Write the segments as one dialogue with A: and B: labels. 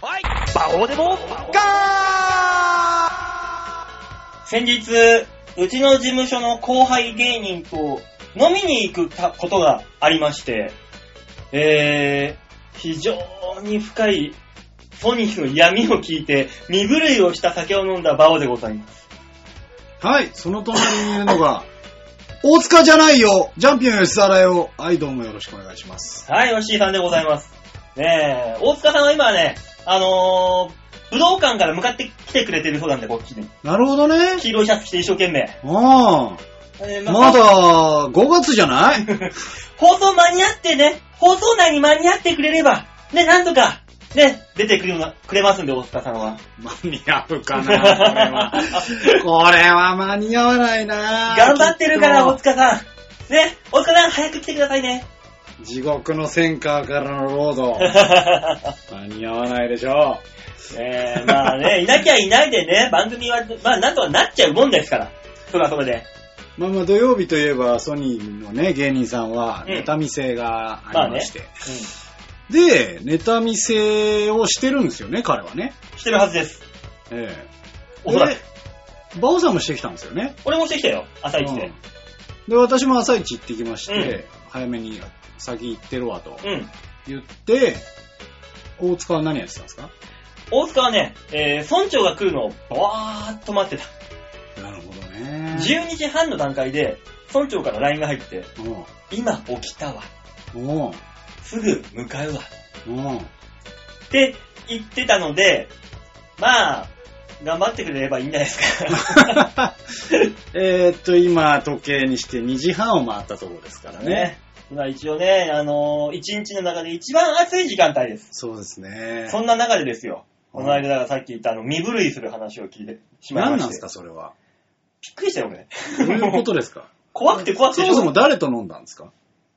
A: こうでも
B: 先日、うちの事務所の後輩芸人と飲みに行くたことがありまして、えー、非常に深いソニックの闇を聞いて、身震いをした酒を飲んだバオでございます。
C: はい、その隣にいるのが、大塚じゃないよジャンピオン吉沢よはい、どうもよろしくお願いします。
B: はい、ヨッシーさんでございます。ねえ、大塚さんは今ね、あのー、武道館から向かってきてくれてるそうなんで、こっちに。
C: なるほどね。
B: 黄色いシャツ着て一生懸命。
C: あ
B: えー
C: あ、まだ5月じゃない
B: 放送間に合ってね、放送内に間に合ってくれれば、ね、なんとか、ね、出てくれまくれますんで、大塚さんは。
C: 間に合うかなこれは。 これは間に合わないな
B: 頑張ってるから、大
C: きっ
B: 塚さん。ね、大塚さん、早く来てくださいね。
C: と地獄のセンカーからのロ ード。間に合わないでしょ
B: えー、まあ ね、 いなきゃいないでね、番組は、まあ、なんとかなっちゃうもんですから。それはそれで。
C: う。まあまあ土曜日といえばソニーのね、芸人さんはネタ見せがありまして。
B: うん。
C: で、ネタ見せをしてるんですよね、彼はね。
B: してるはずです。
C: ええ。
B: おそらく。
C: でバオさんもしてきたんですよね。
B: 俺もしてきたよ、朝一
C: う
B: で
C: ん。で、私も朝一行ってきまして、
B: うん
C: 早めに先行ってるわと
B: うん。
C: 言って、大塚は何やってたんですか
B: 大塚はね、えー、村長が来るのをぼわーっと待ってた。
C: なるほどね。
B: 12時半の段階で、村長から LINE が入って、
C: うん。
B: 今起きたわ。
C: うん。
B: すぐ向かうわ。
C: うん。
B: って言ってたので、まあ、頑張ってくれればいいんじゃないですか。
C: えーっと、今、時計にして2時半を回ったところですから ね。
B: ね。今一応ね、あのー、一日の中で一番暑い時間帯です。
C: そうですね。
B: そんな中でですよ。
C: うん
B: この間だからさっき言ったあの、身震いする話を聞いてしまいまし
C: 何
B: た。
C: なんですか、それは。
B: びっくりしたよ、俺。
C: どういうことで すか
B: 怖くて怖くて。
C: そもそも誰と飲んだんですか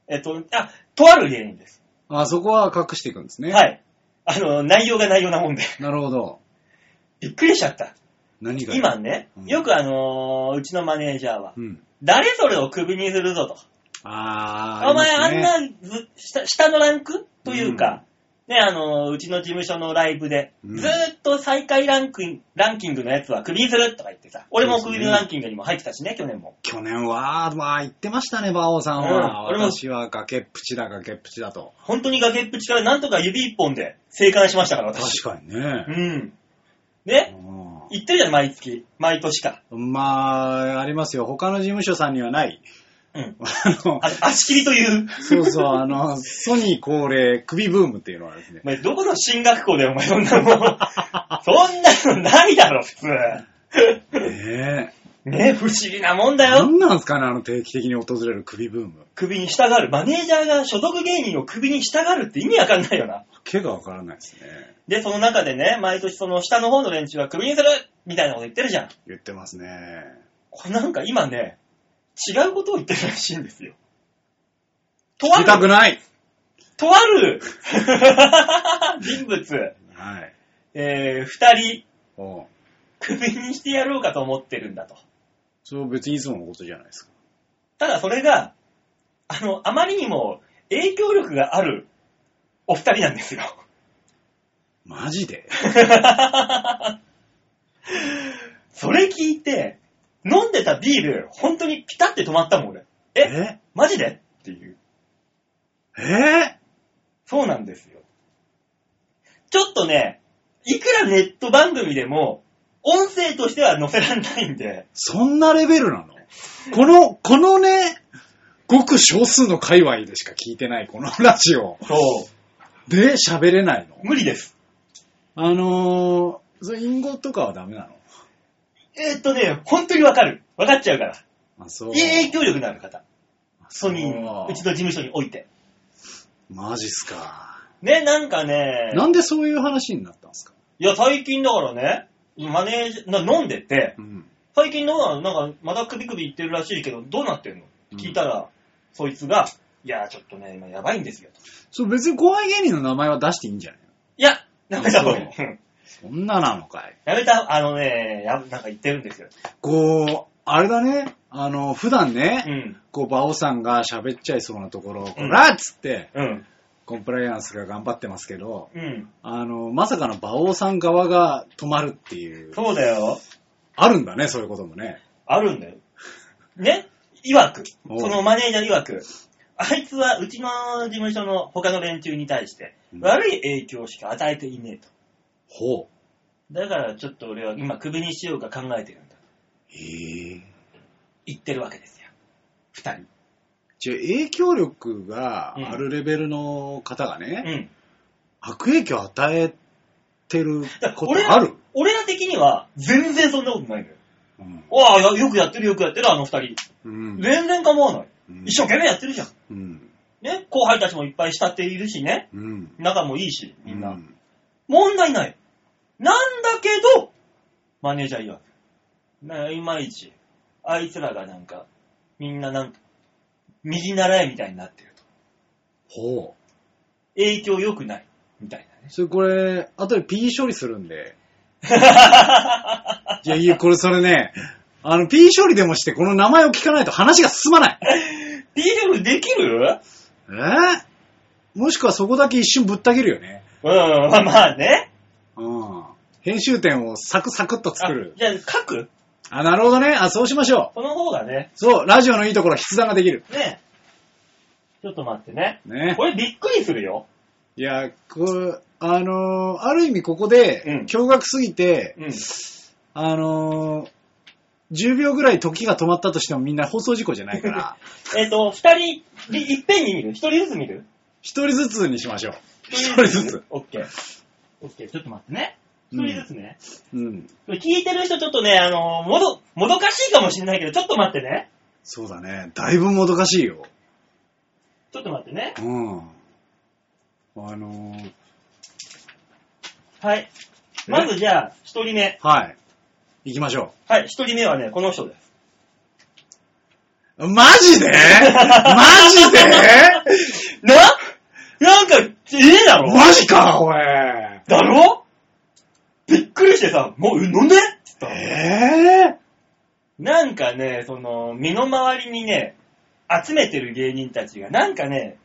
B: えっと、あ、とある芸人です。
C: あそこは隠していくんですね。。
B: はいい。あの、内容が内容なもんで。
C: なるほど。
B: びっくりしちゃった。
C: 何が。
B: 今ね
C: う、ん
B: よくあのーうちのマネージャーは、
C: うん。
B: 誰それをクビにするぞと。
C: あー。
B: お前あ
C: り
B: ん
C: ますね
B: なず下下のランクというか、ね、あの、うちの事務所のライブで、
C: うん
B: ずーっと最下位ランクインランキングのやつはクビにするとか言ってさ、俺もクビのランキングにも入ってたしね、去年も。
C: 去年は、まあ言ってましたね、馬王さん
B: うん
C: は。
B: 俺も
C: 私は崖っぷちだ、崖っぷちだと。
B: 本当に崖っぷちからなんとか指一本で生還しましたから、私。
C: 確かにね。
B: うん。ね、言ってるじゃん、毎月。毎年か。
C: うんまあ、ありますよ。他の事務所さんにはない。
B: うん。
C: あの、
B: あ足切りという。
C: そうそう、あの、ソニー恒例首ブームっていうのはですね
B: お。前、どこの進学校だよ、お前、そんなも ん。そんなのないだろ、普通。
C: ね
B: ね、不思議なもんだ
C: え。
B: よ。
C: 何なんすかね、あの定期的に訪れる首ブーム。
B: クビに従う。マネージャーが所属芸人をクビに従うって意味わかんないよな。
C: わけがわからないですね。
B: で、その中でね、毎年その下の方の連中はクビにするみたいなこと言ってるじゃん。
C: 言ってますね。
B: これなんか今ね、違うことを言ってるらしいんですよ。と
C: 聞き
B: あ
C: たく
B: る、
C: ない
B: とある人物、
C: はい。
B: えー、二人、
C: おう
B: クビにしてやろうかと思ってるんだと。
C: それは別にいつものことじゃないですか。
B: ただそれが、あの、あまりにも影響力があるお二人なんですよ。
C: マジで
B: それ聞いて、飲んでたビール、本当にピタって止まったもん、俺。え
C: え
B: マジでっていう。
C: えー
B: そうなんですよ。ちょっとね、いくらネット番組でも、音声としては載せられないんで、
C: そんなレベルなのこの、このね、ごく少数の界隈でしか聞いてない、このラジオ。
B: そう、
C: で、喋れないの。
B: 無理です。
C: あのー、それ、隠語とかはダメなの
B: えーっとね、本当にわかる。わかっちゃうから。
C: あ、そう。
B: いい影響力のある方。ソニー
C: あ
B: の、
C: そう
B: うちの事務所において。
C: マジっすか。
B: ね、なんかね、
C: なんでそういう話になったんですか
B: いや、最近だからね、マネージャー、な飲んでて、
C: うん。
B: 最近どうなのなんか、まだ首首言ってるらしいけど、どうなってんの聞いたら、そいつが、いや、ちょっとね、今やばいんですよ。と
C: そう、別に後輩芸人の名前は出していいんじゃないの
B: いや、やめた方がいい。
C: そ
B: うん
C: そんななのかい。
B: やめた、あのね、やなんか言ってるんですよ。
C: こう、あれだね、あの、普段
B: う
C: ね、
B: ん、
C: こう、馬王さんが喋っちゃいそうなところを、こ
B: うん
C: らっつって、
B: うん。
C: コンプライアンスが頑張ってますけど、
B: うん。
C: あの、まさかの馬王さん側が止まるっていう、
B: そうだよ。
C: あるんだね、そういうこともね。
B: あるんだよ。ね曰く。
C: おう
B: そのマネージャー曰く。あいつはうちの事務所の他の連中に対して
C: うん
B: 悪い影響しか与えていねえと。
C: ほう。
B: だからちょっと俺は今クビにしようか考えてるんだ。
C: へえ。
B: 言ってるわけですよ。二人。
C: じゃあ影響力があるレベルの方がね、
B: うん。
C: 悪影響与えてる
B: だから
C: こ
B: 俺
C: とあ
B: ら
C: る、
B: 俺ら的には全然そんなことないのよ。
C: うん
B: わあ、よくやってるよくやってる、あの二人。
C: うん
B: 全然構わない。
C: うん
B: 一生懸命やってるじゃん。
C: うん。
B: ね後輩たちもいっぱい慕っているしね。
C: うん。
B: 仲もいいし、みんな。
C: うん
B: 問題ない。なんだけど、マネージャー曰く。ないまいち、あいつらがなんか、みんななんか、右習いみたいになってると。
C: ほう。
B: 影響良くない。みたいなね。
C: それこれ、後で P 処理するんで。いやいや、これそれね、あの、P 処理でもして、この名前を聞かないと話が進まない。
B: ビールできる
C: えーもしくはそこだけ一瞬ぶった切るよね。
B: うん、まあまあね。
C: うん。編集点をサクサクっと作る
B: あ。じゃあ書く
C: あ、なるほどね。あ、そうしましょ
B: この方がね
C: う。。そう、ラジオのいいところ、筆談ができる。
B: ねちょっと待ってね。
C: ね。
B: これびっくりするよ。
C: いや、こあのーある意味ここで、
B: うん
C: 驚愕すぎて、
B: うん。
C: あのー10秒ぐらい時が止まったとしてもみんな放送事故じゃない から、
B: えっ、と、二人、いっぺんに見る一人ずつ見る
C: 一人ずつにしましょう。一人ずつ。。
B: オッケー。オッケー、ちょっと待ってね。
C: う
B: 一
C: ん
B: 人ずつね。
C: うん。
B: 聞いてる人ちょっとね、あのもど、もどかしいかもしれないけど、ちょっと待ってね。
C: そうだね。だいぶもどかしいよ。
B: ちょっと待ってね。
C: うん。あのー
B: はい。まずじゃあ、一人目。
C: はい。行きましょ
B: はい、一人目はね、この人です。
C: う。マジ でマジで
B: ななんか、ええだろ
C: マジか、おい。
B: だろびっくりしてさ、もう、飲んでつったの
C: え
B: なんかね、その、身の回りにね、集めてる芸人たちが、なんかね、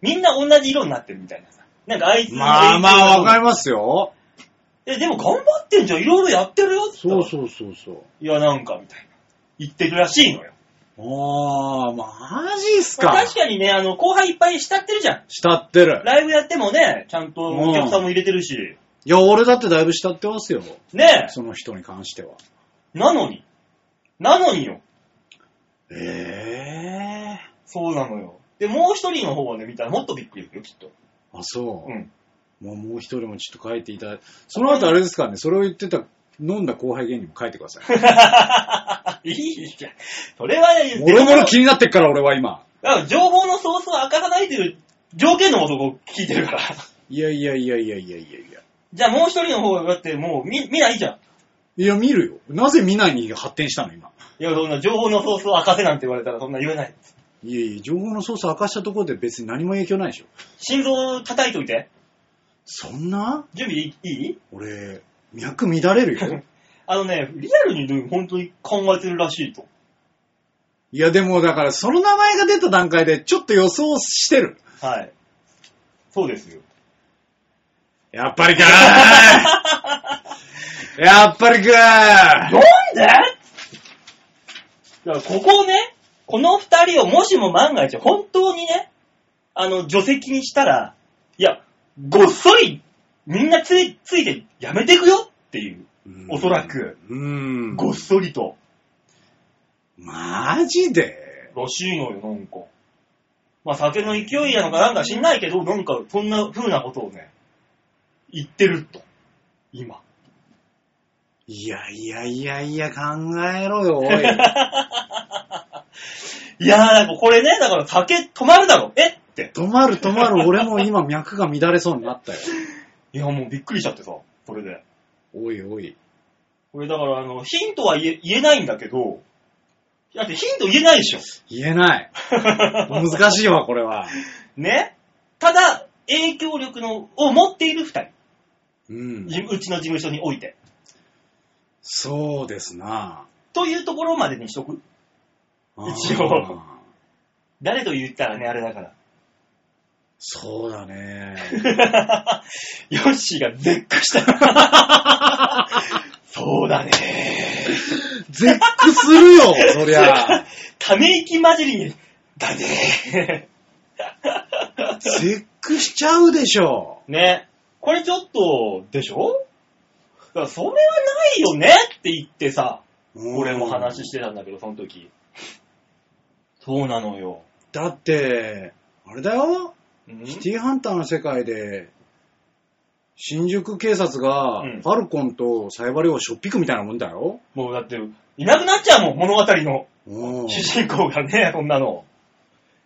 B: みんな同じ色になってるみたいなさ。なんかあいつ
C: ー、まあまあ、わかりますよ。
B: え、でも頑張ってんじゃん、いろいろやってるよって言ったら
C: そうそうそう。
B: いや、なんか、みたいな。言ってるらしいのよ。
C: あー、マジっす
B: まあ
C: か。
B: 確かにね、あの、後輩いっぱい慕ってるじゃん。
C: 慕ってる。
B: ライブやってもね、ちゃんと
C: うん
B: お客さんも入れてるし。
C: いや、俺だってだいぶ慕ってますよ。
B: ね
C: その人に関しては。
B: え。なのに。なのによ。
C: ええ
B: そうなのよ。で、もう一人の方はね、見たらもっとびっくりするよ、きっと。
C: あ、そうう。
B: ん。
C: もうもう一人もちょっと書いていただいて。その後あれですからね、それを言ってた、飲んだ後輩芸人も書いてください。
B: いいじゃん。それはね、
C: もろもろ気になってっから、俺は今。
B: だから情報のソースを明かさないという条件のもとこう聞いてるから。
C: いやいやいやいやいやいやいや。
B: じゃあもう一人の方はだってもう見見ないじゃん。
C: いや、見るよ。なぜ見ないに発展したの、今。
B: いや、そんな情報のソースを明かせなんて言われたらそんな言えない。
C: いやいや、情報の操作明かしたところで別に何も影響ないでしょ。
B: 心臓叩いといて。
C: そんな
B: 準備いいいい
C: 俺、脈乱れるよ。
B: あのね、リアルにね、本当に考えてるらしいと。
C: いや、でもだから、その名前が出た段階で、ちょっと予想してる。
B: はい。そうですよ。
C: やっ ぱりかーやっぱりか
B: なんでだからここをね、この二人をもしも万が一、本当にね、あの、除籍にしたら、いや、ごっそり、みんなつい、ついてやめてくよっていう。
C: ー
B: おそらく。
C: うーん。
B: ごっそりと。
C: マジで
B: らしいのよ、なんか。まあ、酒の勢いなのかなんか知んないけど、なんか、そんな風なことをね、言ってると。今。
C: いやいやいやいや、考えろよ、おい。
B: いやー、なんかこれね、だから酒止まるだろ。えって。
C: 止まる止まる、俺も今脈が乱れそうになったよ。
B: いや、もうびっくりしちゃってさ、それで。
C: おいおい。
B: これだから、あの、ヒントは言え言えないんだけど、だってヒント言えないでしょ。
C: 言 えない。難しいわ、これは。
B: ねただ、影響力のを持っている二
C: うん。
B: 人、うちの事務所において。
C: そうですな。
B: というところまでにしとく。一応
C: あー。
B: 誰と言ったらね、あれだから。
C: そうだね。
B: ヨッシーが絶句した。そうだね。
C: 絶句するよ、そりゃ。
B: ため息混じりに、だね。
C: 絶句しちゃうでしょ。
B: ね。これちょっと、でしょだからそれはないよねって言ってさ、俺も話してたんだけど、その時。そうなのよ。
C: だって、あれだよ、
B: うん
C: シティーハンターの世界で、新宿警察が
B: うん、
C: ファルコンとサイバリオをしょっぴくみたいなもんだよ。
B: もうだって、いなくなっちゃうもん、物語の
C: うん
B: 主人公がね、そんなの。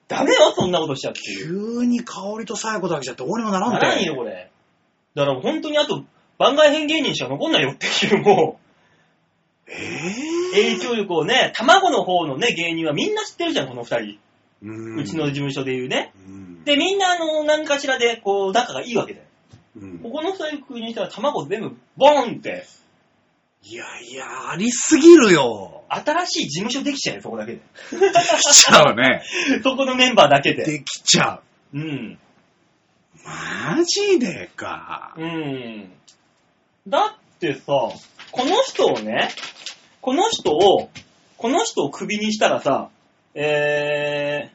B: ダメよ、そんなことしちゃっていう。
C: 急に香りとサイコだけじゃどうにもならん
B: な
C: て。
B: らんよ、これ。だから本当にあと、番外編芸人しか残んないよっていう、も
C: え
B: う、
C: ー
B: 影響力をね、卵の方のね、芸人はみんな知ってるじゃん、この二人。
C: うん
B: うちの事務所で言うね。
C: うん
B: で、みんな、あの、何かしらで、こう、仲がいいわけだよ。
C: うん
B: ここの二人国にしたら卵全部、ボーンって、
C: いやいや、ありすぎるよ。
B: 新しい事務所できちゃうよ、そこだけで。
C: できちゃうね。
B: そこのメンバーだけで。
C: できちゃ
B: うん。
C: う。マジでか。
B: うん。だってさ、この人をね、この人を、この人をクビにしたらさ、えー、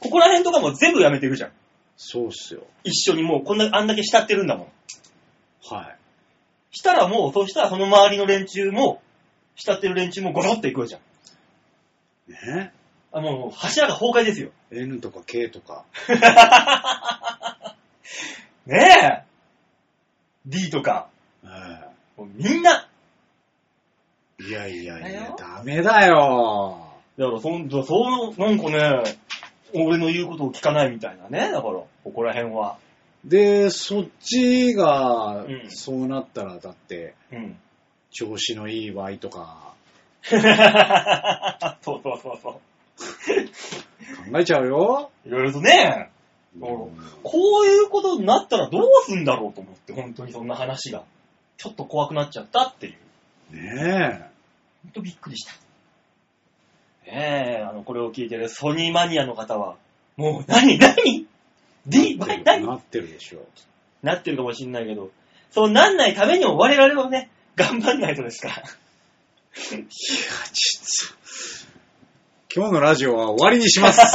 B: ここら辺とかも全部やめていくじゃん。
C: そうっすよ。
B: 一緒にもうこんな、あんだけ慕ってるんだもん。
C: はい。
B: したらもう、そうしたらその周りの連中も、慕ってる連中もゴロっていくじゃん。
C: ね。
B: あ、もう柱が崩壊ですよ。
C: N とか K とか。
B: ねえ !D とか、
C: うん
B: もうみんな、
C: いやいやい
B: だ
C: や
B: よ、
C: ダメだよ。
B: だからそん、そう、なんかね、俺の言うことを聞かないみたいなね、だから、ここら辺は。
C: で、そっちが
B: うん、
C: そうなったら、だって、
B: うん。
C: 調子のいい場合とか、
B: そうそうそうそ
C: 考えちゃうよ。
B: う。いろいろとね、うんこういうことになったらどうすんだろうと思って、本当にそんな話が。ちょっと怖くなっちゃったっていう。
C: ね
B: ほんとびっくりした。ねえ、あの、これを聞いてるソニーマニアの方は、もう何、何
C: え。
B: ?D、
C: なってる
B: 何
C: なってるでしょ。
B: なってるかもしんないけど、そうなんないためにも我々はね、頑張んないとですから。
C: いや、ちょっ と。今日のラジオは終わりにします。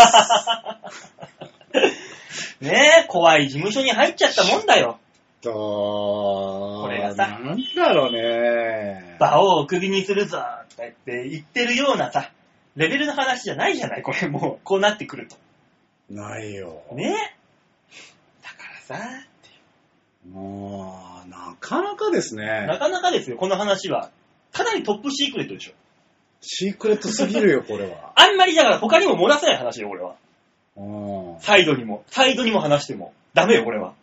B: ねえ、怖い事務所に入っちゃったもんだよ。
C: とこ
B: れがさ
C: なんだろうね。
B: 場をクビにするぞとか言って言ってるようなさ、レベルの話じゃないじゃない、これ もう、こうなってくると。
C: ないよ。
B: ねえ。だからさ、
C: もう、なかなかですね
B: な。かなかですよ、この話は。かなりトップシークレットでしょ。
C: シークレットすぎるよ、これは。
B: あんまりだから他にも漏らせない話よ、これは。
C: うん。
B: サイドにも、サイドにも話しても。ダメよ、これは。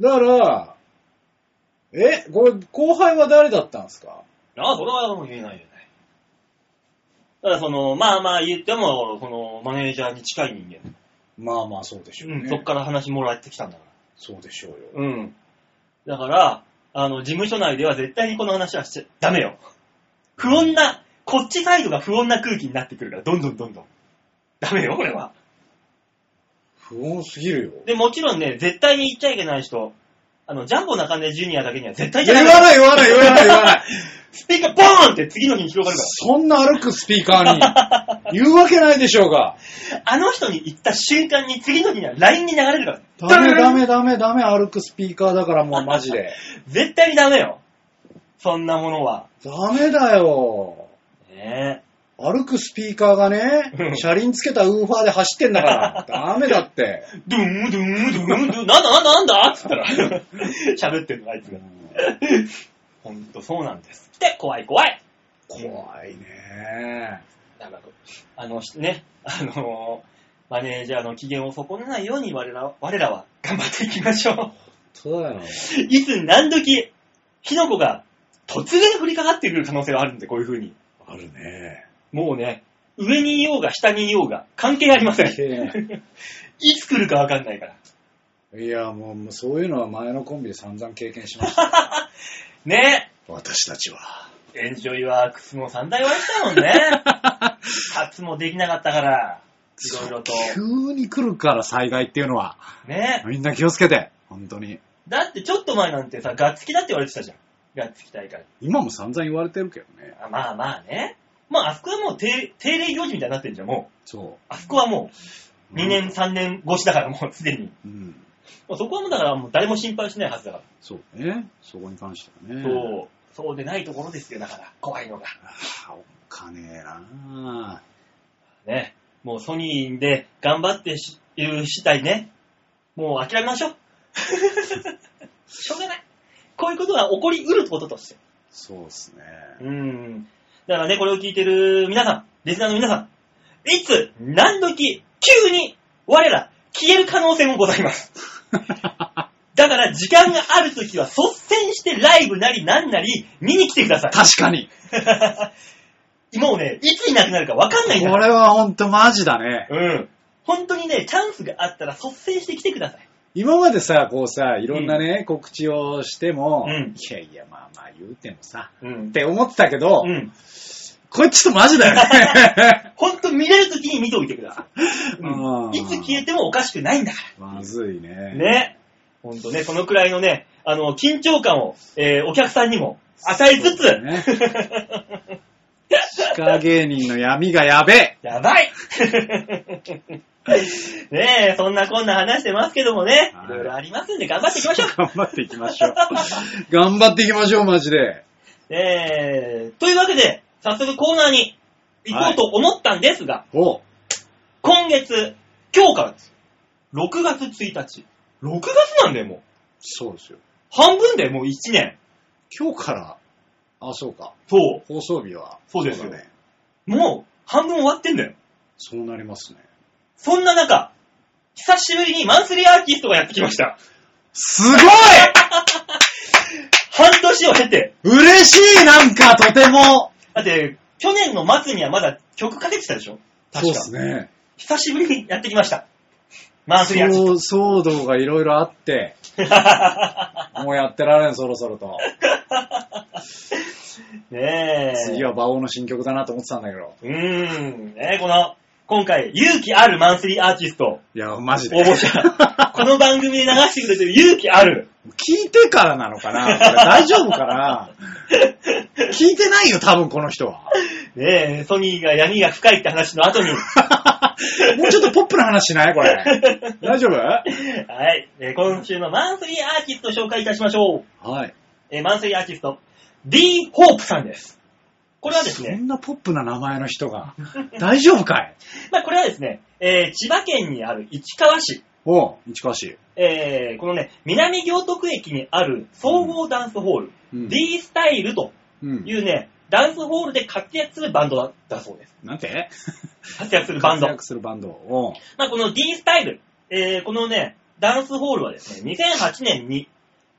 C: だから、え、これ、後輩は誰だったんですか
B: ああ、それはもう言えないじゃない。ただその、まあまあ言っても、その、マネージャーに近い人間。
C: まあまあ、そうでしょうね。
B: うん、そっから話もらってきたんだから。
C: そうでしょうよ。
B: うん。だから、あの、事務所内では絶対にこの話はしちゃダメよ。不穏な、こっちサイドが不穏な空気になってくるから、どんどんどんどん。ダメよ、これは。
C: 不穏すぎるよ。
B: で、もちろんね、絶対に言っちゃいけない人、あの、ジャンボ中根ジュニアだけには絶対
C: 言
B: 言
C: わ
B: っちゃいけ
C: ない、言わない、言わない、言わない。
B: スピーカーボーンって次の日に広がるか
C: そんな歩くスピーカーに、言うわけないでしょうが。
B: ら。あの人に言った瞬間に次の日には LINE に流れるから。
C: ダメ、ダ
B: メ。
C: メ、ダメ、ダメ、歩くスピーカーだからもうマジ で。
B: 絶対にダメよ。そんなものは。
C: ダメだよ。
B: ね
C: 歩くスピーカーが
B: う
C: ね
B: ん、
C: 車輪つけたウーファーで走ってん だから、ダメだって。
B: え。ドゥンドゥンドゥンドゥン、なんだなんだなんだっつったら、 喋ってるの、あいつが。 ほんとそうなんです。で、怖い怖い。
C: 怖いね。
B: なんか、あの、ね、あのマネージャーの機嫌を損ねないように我ら我らは頑張っていきましょ
C: そうだよ。
B: う。 いつ何時、火の粉が突然降りかかってくる可能性はあるんで、こういう風に。
C: あるね。
B: もうね、上にいようが下にいようが関係ありません。 いつ来るかわかんないから。
C: いや、もうもうそういうのは前のコンビで散々経験しま した。
B: ね
C: 私たちは。
B: エンジョイワークスも散々言われてたもんね。初もできなかったから。いろいろと。
C: 急に来るから災害っていうのは。
B: ね
C: みんな気をつけて。本当に。
B: だってちょっと前なんてさ、ガッツキだって言われてたじゃん。ガッツキ大会。
C: 今も散々言われてるけどね。
B: あまあまあね。まあ、あそこはもう定定例行事みたいになってんじゃん、もう。
C: そ
B: あそこはもう、
C: う。
B: 2年、3年越しだから、もうすでに。
C: うん。うん。
B: もうそこはもうだから、もう誰も心配しないはずだから。
C: そうね。そこに関してはね。
B: そう。そうでないところですよ、だから。怖いのが。
C: ああ、おっかねえな
B: ね。もうソニーで頑張ってしいる次第ね。もう諦めましょう。しょうがない。こういうことが起こりうることとして。
C: そうですね。
B: うん。だからね、これを聞いてる皆さん、リスナーの皆さん、いつ、何時、急に、我ら、消える可能性もございます。だから、時間があるときは、率先してライブなりなんなり、見に来てくださ
C: 確かに。
B: い。 もうね、いつになくなるかわかんないんだ
C: こ
B: から。
C: れはほんとマジだね。
B: うん。本当にね、チャンスがあったら率先して来てください。
C: 今までさ、こうさ、いろんなね、告知をしても、
B: うん
C: いやいや、まあまあ言うてもさ、
B: うん
C: っ。て思ってたけど、
B: うん。
C: これちょっとマジだよ ね。
B: 本当見れるときに見ておいてください。う
C: うん
B: ん。いつ消えてもおかしくないんだから。
C: まずいね。
B: ね。ほんとね、そのくらいのね、あの、緊張感を、えーお客さんにも与えつつ、
C: そうね地下芸人の闇がやべえ。
B: やば いねえ、そんなこんな話してますけどもね、
C: はい
B: いろいろありますんで頑張っていきましょ
C: 頑張っていきましょう。 頑張っていきましょう、マジで。
B: う。えー、というわけで、早速コーナーに行こうと思ったんですが、
C: お
B: 今月、今日からです。6月1日。6月なんだよ、もう。
C: そうですよ。
B: 半分だよ、もう1年。
C: 今日から、あ、そうか。
B: そう。
C: 放送日は。
B: そうですよ
C: だね。
B: もう、半分終わってんだよ。
C: そうなりますね。
B: そんな中、久しぶりにマンスリーアーティストがやってきました。
C: すごい
B: 半年を経て。
C: 嬉しい、なんか、とても。
B: だって、去年の末にはまだ曲かけてたでしょ確か。
C: そうですね。
B: 久しぶりにやってきました。マンスリーアーティ
C: そう、騒動がいろいろあ って、
B: ス
C: もうやってられん、そろそろ
B: ト。
C: と。
B: ねえ。
C: 次は馬王の新曲だなと思ってたんだけど。
B: うーん。ねえこの、今回、勇気あるマンスリーアーティスト、
C: いや、マジで。
B: 応募 者。この番組で流してくれてる勇気ある。
C: 聞いてからなのかなこれ大丈夫かな聞いてないよ、多分この人は。
B: ねえ、ソニーが闇が深いって話の後 に、
C: もうちょっとポップな話しないこれ。大丈夫
B: は
C: は
B: い、えー今週のマンスリーアーティストを紹介いたしましょう。
C: い。
B: えーマンスリーアーティスト、D ホープさんです。これはです
C: そ
B: ね、
C: んなポップな名前の人が。大丈夫か い
B: まあ、これはですね、えー千葉県にある市川市、
C: おう、市川市。
B: えーこのね、南行徳駅にある総合ダンスホール、
C: うん。
B: D スタイルと
C: うん
B: いうね、ダンスホールで活躍するバンドだだそうです。
C: なんて
B: 活躍するバンド。
C: 活躍するバンド。おう。
B: まあ、この D スタイル、えーこのね、ダンスホールはですね、2008年に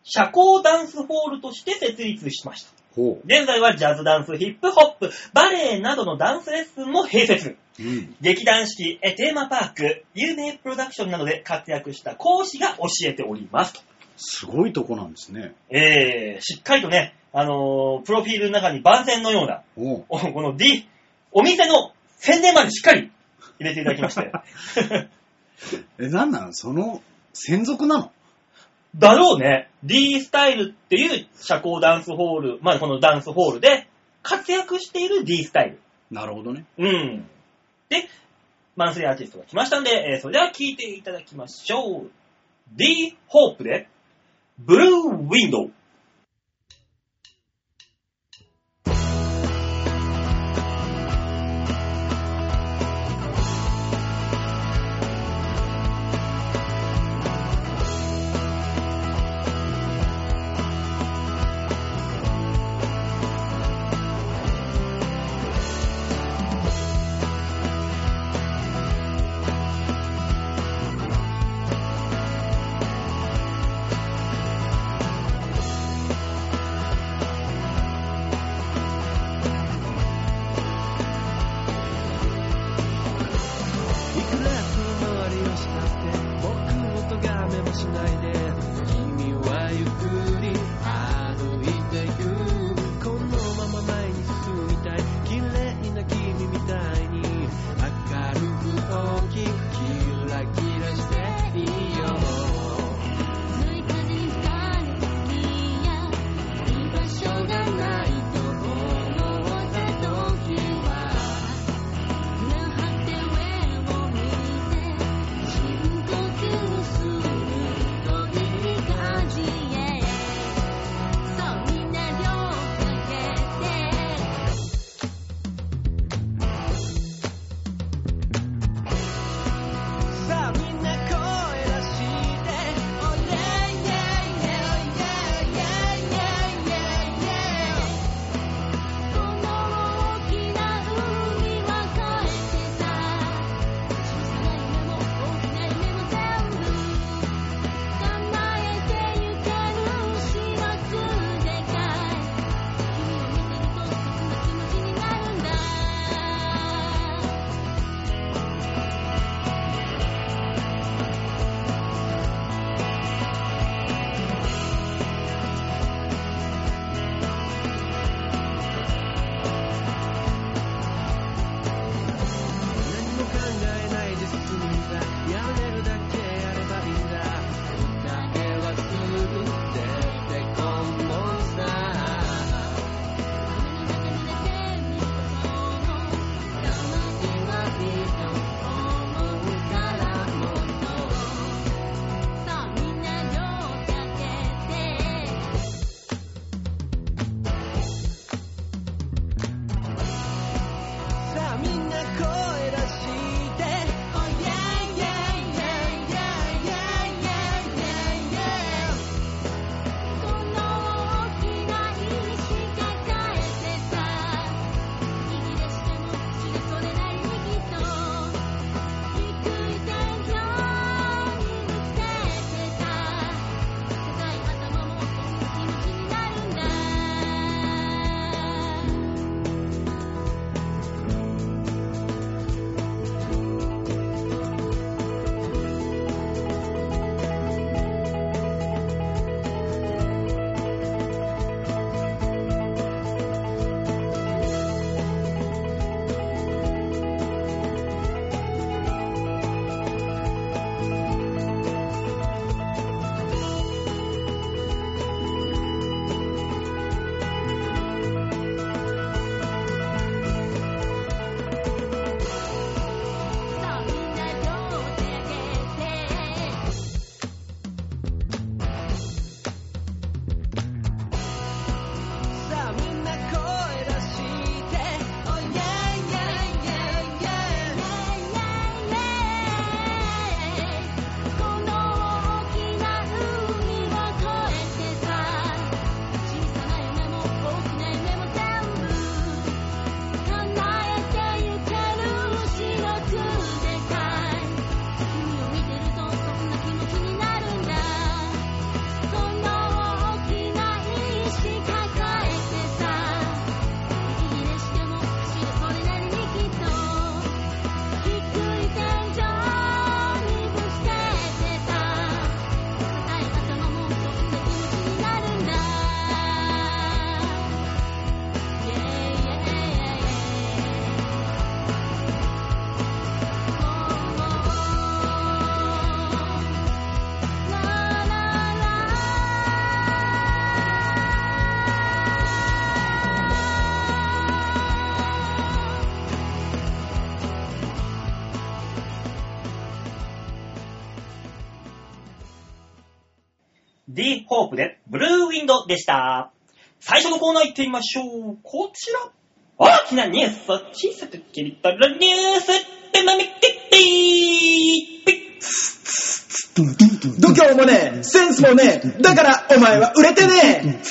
B: 社交ダンスホールとして設立しました。
C: ほ
B: 現在はジャズダンス、ヒップホップ、バレエなどのダンスレッスンも併設。
C: う。うん。
B: 劇団四季、えテーマパーク、有名プロダクションなどで活躍した講師が教えておりますと。
C: すごいとこなんですね。
B: えー、しっかりとね、あのープロフィールの中に番宣のような、
C: おう。
B: おこの D、お店の宣伝までしっかり入れていただきまして。
C: え、なんなのその、専属なの
B: だろうね。D スタイルっていう社交ダンスホール、まあこのダンスホールで活躍している D スタイル。
C: なるほどね。
B: うん。で、マンスリーアーティストが来ましたんで、えーそれでは聴いていただきましょう。D ホープで、ブルーウィンドウ。
A: いくら遠回りをしたって僕を咎めもしないで君はゆっくり歩いていくこのまま前に進みたい綺麗な君みたいに明るく大き
B: D ホープで、ブルーウィンドでした。最初のコーナー行ってみましょう。こちら。大きなニュースを小さく切り取るニュースってまみてって
D: 度胸もねえ、センスもねえ、だからお前は売れてね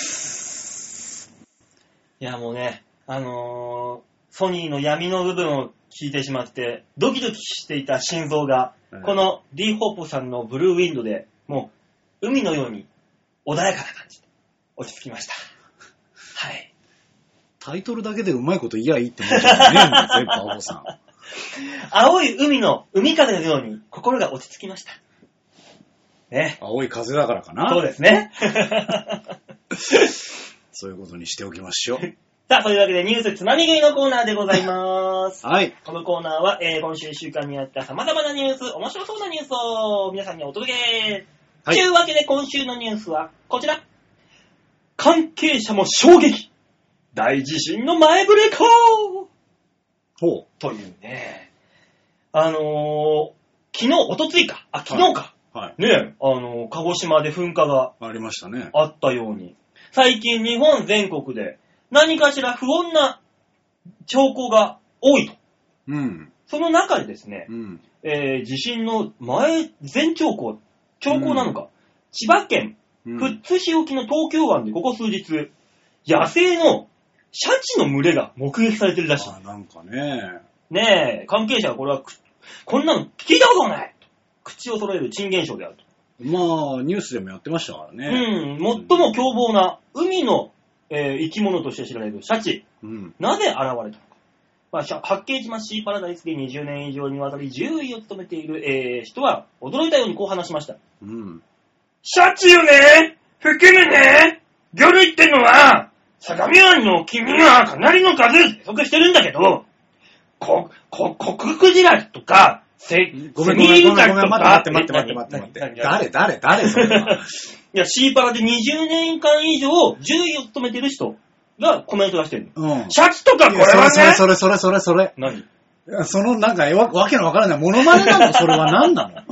B: いや、もうね、あのー、ソニーの闇の部分を聞いてしまって、ドキドキしていた心臓が、
C: うん
B: この D ホープさんのブルーウィンドで、もう、海のように穏やかな感じで落ち着き ました。はい。
C: タイトルだけでうまいこと言いやいいってもんじゃねえんだぜ、バオさ ん。
B: 青い海の海風のように心が落ち着きました。ね。
C: 青い風だからかな。
B: そうです ね。
C: そういうことにしておきましょう。
B: さあ、というわけでニュースつまみ食いのコーナーでございます。
C: はい。
B: このコーナーは、えー今週1週間にあった様々なニュース、面白そうなニュースを皆さんにお届け。
C: はい
B: というわけで今週のニュースはこちら。関係者も衝撃大地震の前触れか
C: ほう。
B: というね。あのー、昨日、おとついか。あ、昨日か。
C: はい。
B: ねえ、あのー鹿児島で噴火が
C: ありましたね。
B: あったように、最近日本全国で何かしら不穏な兆候が多いと。
C: うん。
B: その中でですね、
C: うん。
B: えー地震の前、前兆候、兆候なのか、千葉県
C: うん
B: 富津市沖の東京湾でここ数日、野生のシャチの群れが目撃されてるらしい。
C: あなんかね。
B: ねえ、関係者はこれはく、こんなの聞いたことがない口を揃える珍現象であると。
C: まあ、ニュースでもやってましたからね。
B: うん、最も凶暴な海の、えー生き物として知られるシャチ。
C: うん。
B: なぜ現れたのか。まあ、しゃ八景島シーパラダイスで20年以上にわたり獣医を務めている、えー人は驚いたようにこう話しました。
C: うん。
B: シャチよね含むね魚類ってのは、相模湾の君はかなりの数生息してるんだけど、こ、こ、コククジラとか、セ、
C: ごめんご
B: セ
C: め
B: ミ
C: んご
B: イル
C: め
B: カ
C: んごめん。
B: と
C: 待
B: か
C: って待って待って待って待って
B: え何
C: 待って。
B: 何
C: 誰誰誰それは。
B: いや、シーパラで20年間以上、獣医を務めてる人がコメント出してるの。
C: うん。
B: シャチとかこれ
C: い
B: は
C: やそれそ
B: ね、
C: れそれそれそれ
B: 何
C: それ。そのなんかわわけのわからない。モノマネなのそれは何な の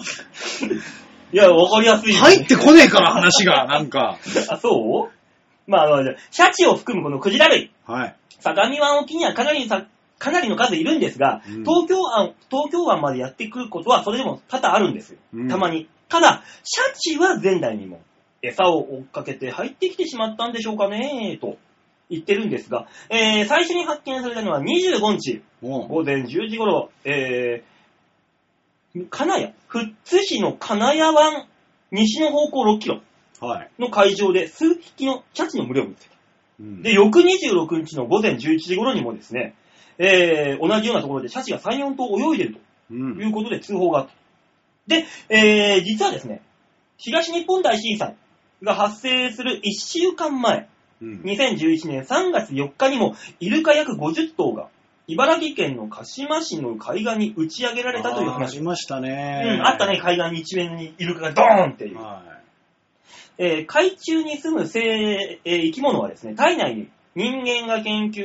B: いや、わかりやすいよね、
C: 入ってこねえから話が、なんか。
B: あ、そうまあまあ、じゃあシャチを含むこのクジラ類。
C: はい。
B: 相模湾沖にはかなりさかなりの数いるんですが、
C: うん
B: 東京湾、東京湾までやってくることはそれでも多々あるんですよ。
C: うん
B: たまに。ただ、シャチは前代にも餌を追っかけて入ってきてしまったんでしょうかねと言ってるんですが、えー最初に発見されたのは25日
C: おう
B: 午前10時頃、えー、金谷、富津市の金谷湾西の方向6キロ
C: はい。
B: の海上で数匹のシャチの群れを見つけた。
C: うん
B: で、翌26日の午前11時頃にもですね、えー、同じようなところでシャチが3、4頭泳いでると
C: うん
B: いうことで通報があった。で、えー、実はですね、東日本大震災が発生する1週間前、
C: うん
B: 2011年3月4日にも、イルカ約50頭が、茨城県の鹿島市の海岸に打ち上げられたという
C: あ
B: 話。
C: りました
B: う
C: ね。
B: ん、あったね、。海岸一面にイルカがドーンっていう。
C: は
B: えー海中に住む生,、えー生き物はですね、体内に人間が研究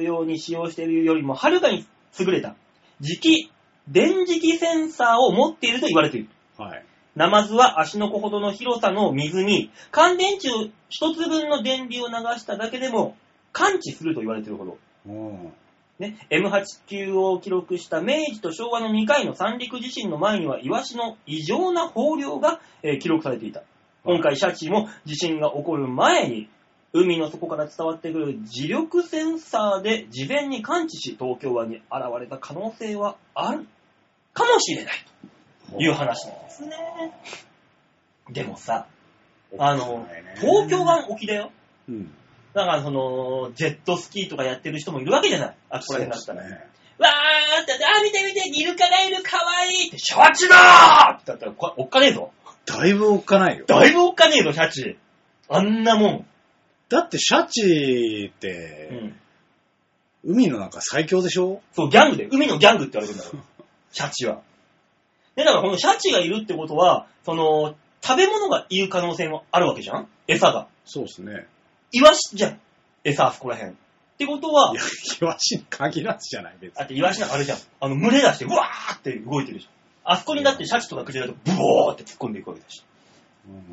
B: 用に使用しているよりもはるかに優れた磁気、電磁気センサーを持っていると言われている。
C: い。はい。
B: ナマズは足の子ほどの広さの水に、乾電池を一つ分の電流を流しただけでも感知すると言われているほど。
C: うん。
B: ね、M8 級を記録した明治と昭和の2回の三陸地震の前にはイワシの異常な豊漁が、えー記録されていた今回シャチも地震が起こる前に海の底から伝わってくる磁力センサーで事前に感知し東京湾に現れた可能性はあるかもしれないという話なんですねでもさあの東京湾沖だよ
C: うん。
B: だからそのジェットスキーとかやってる人もいるわけじゃないあそこら辺だったら、
C: そうですね。
B: わーって、あー、見て見て、イルカがいる、かわいいって、シャチだーって言ったら、これおっかねえぞ。
C: だいぶおっかないよ。
B: だいぶおっかねえぞ、シャチ。あんなもん。
C: だってシャチっ
B: う
C: て、
B: ん。
C: 海の中最強でしょ
B: そう、ギャングで、海のギャングって言われてるんだ よ。シャチは。で、だからこのシャチがいるってことは、その、食べ物がいる可能性もあるわけじゃん餌が。
C: そうですね。、
B: イワシじゃん。餌、あそこら辺。ってことはい
C: や、 イワシに限らずじゃない別
B: だ
C: に。
B: ってイワシなんかあれじゃん。あの、群れ出して、うわーって動いてるじゃん。あそこにだってシャチとかクジラとかブオーって突っ込んでいくわけだし。
C: うん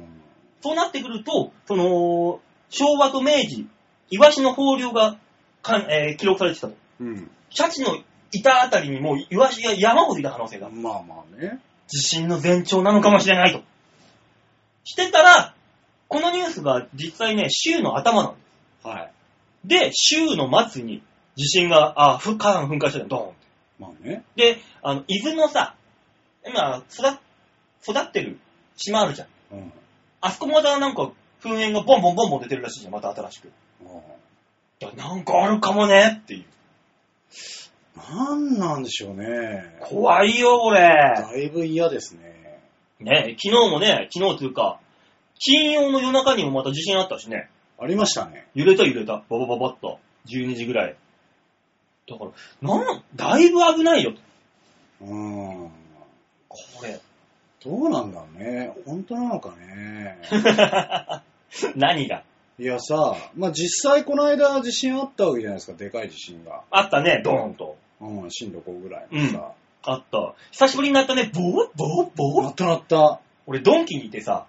B: そうなってくると、その、昭和と明治、イワシの放流がかん、えー記録されてたと。
C: うん。
B: シャチのいたあたりにもうイワシが山ほどいた可能性がある。
C: まあまあね。
B: 地震の前兆なのかもしれないと。してたら、このニュースが実際ね、週の頭なの。
C: はい。
B: で、週の末に地震が、あ、ふ火山噴火してたの、ドーンって。
C: まあね。
B: で、あの、伊豆のさ、今、育っ、育ってる島あるじゃん。
C: うん。
B: あそこもまたなんか、噴煙がボンボンボンボン出てるらしいじゃん、また新しく。いやなんかあるかもねっていう。
C: なんなんでしょうね。
B: 怖いよ、これ。
C: だいぶ嫌ですね。
B: ね、昨日もね、昨日というか、金曜の夜中にもまた地震あったしね。
C: ありましたね。
B: 揺れた揺れた。ババババッと。12時ぐらい。だから、なん、だいぶ危ないよ。
C: うん。
B: これ。
C: どうなんだろうね。本当なのか ね。
B: 何が
C: いやさ、まあ実際この間地震あったわけじゃないですか。でかい地震が。
B: あったね、ドーンと。
C: うん、震度5ぐらいのさ。
B: あった。久しぶりになったね、ボーボーボー
C: なったなった。
B: 俺、ドンキにいてさ、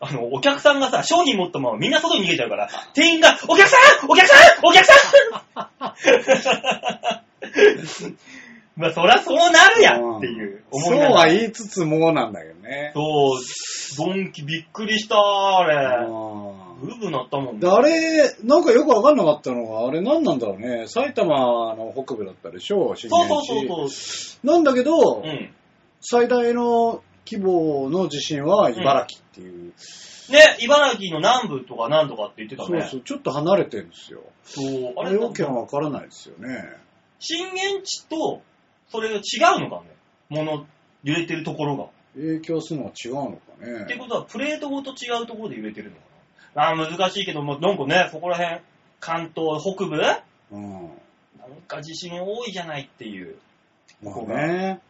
B: あの、お客さんがさ、商品持ったままみんな外に逃げちゃうから、店員が、お客さんお客さんお客さん まあ、そらそうなるやんっていう
C: そ
B: 思
C: う
B: いな
C: は
B: がら。
C: 言いつつもなんだけどね。
B: そう、ドンキびっくりした、あれ。
C: うん
B: ブルブルなったもん
C: であれ、なんかよくわかんなかったのが、あれ何なんだろうね。埼玉の北部だったでしょ、震
B: そう
C: 源
B: そう
C: 地
B: そうそ
C: なんだけど、
B: う。うん。
C: 最大の規模の地震は茨城っていう。
B: ね、茨城の南部とかなんとかって言ってた
C: そう
B: ね。
C: そう、ちょっと離れてるんですよ。
B: そう
C: あ
B: あ
C: れ、
B: れ、
C: わけはわからないですよね。
B: 震源地と、それが違うのかね。もの、揺れてるところが。
C: 影響するのは違うのか
B: って
C: ね。
B: ことは、プレートごと違うところで揺れてるのかな。あー難しいけども、なんかね、そこら辺、関東北部なん
C: うん。
B: か地震多いじゃないっていう。
C: ま
B: ここ
C: あ
B: が
C: ね。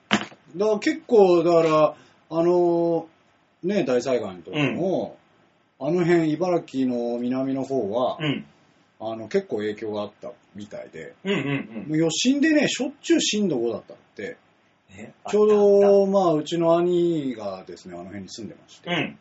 C: だから結構、だから、あの、ね、大災害の時も、あの辺、茨城の南の方は、
B: うん。
C: あの、結構影響があったみたいで、
B: うんうんうん。
C: もう余震でね、しょっちゅう震度5だったって、
B: ね
C: ちょう、ど、まあ、うちの兄がですね、あの辺に住んでまし
B: あったあったうん。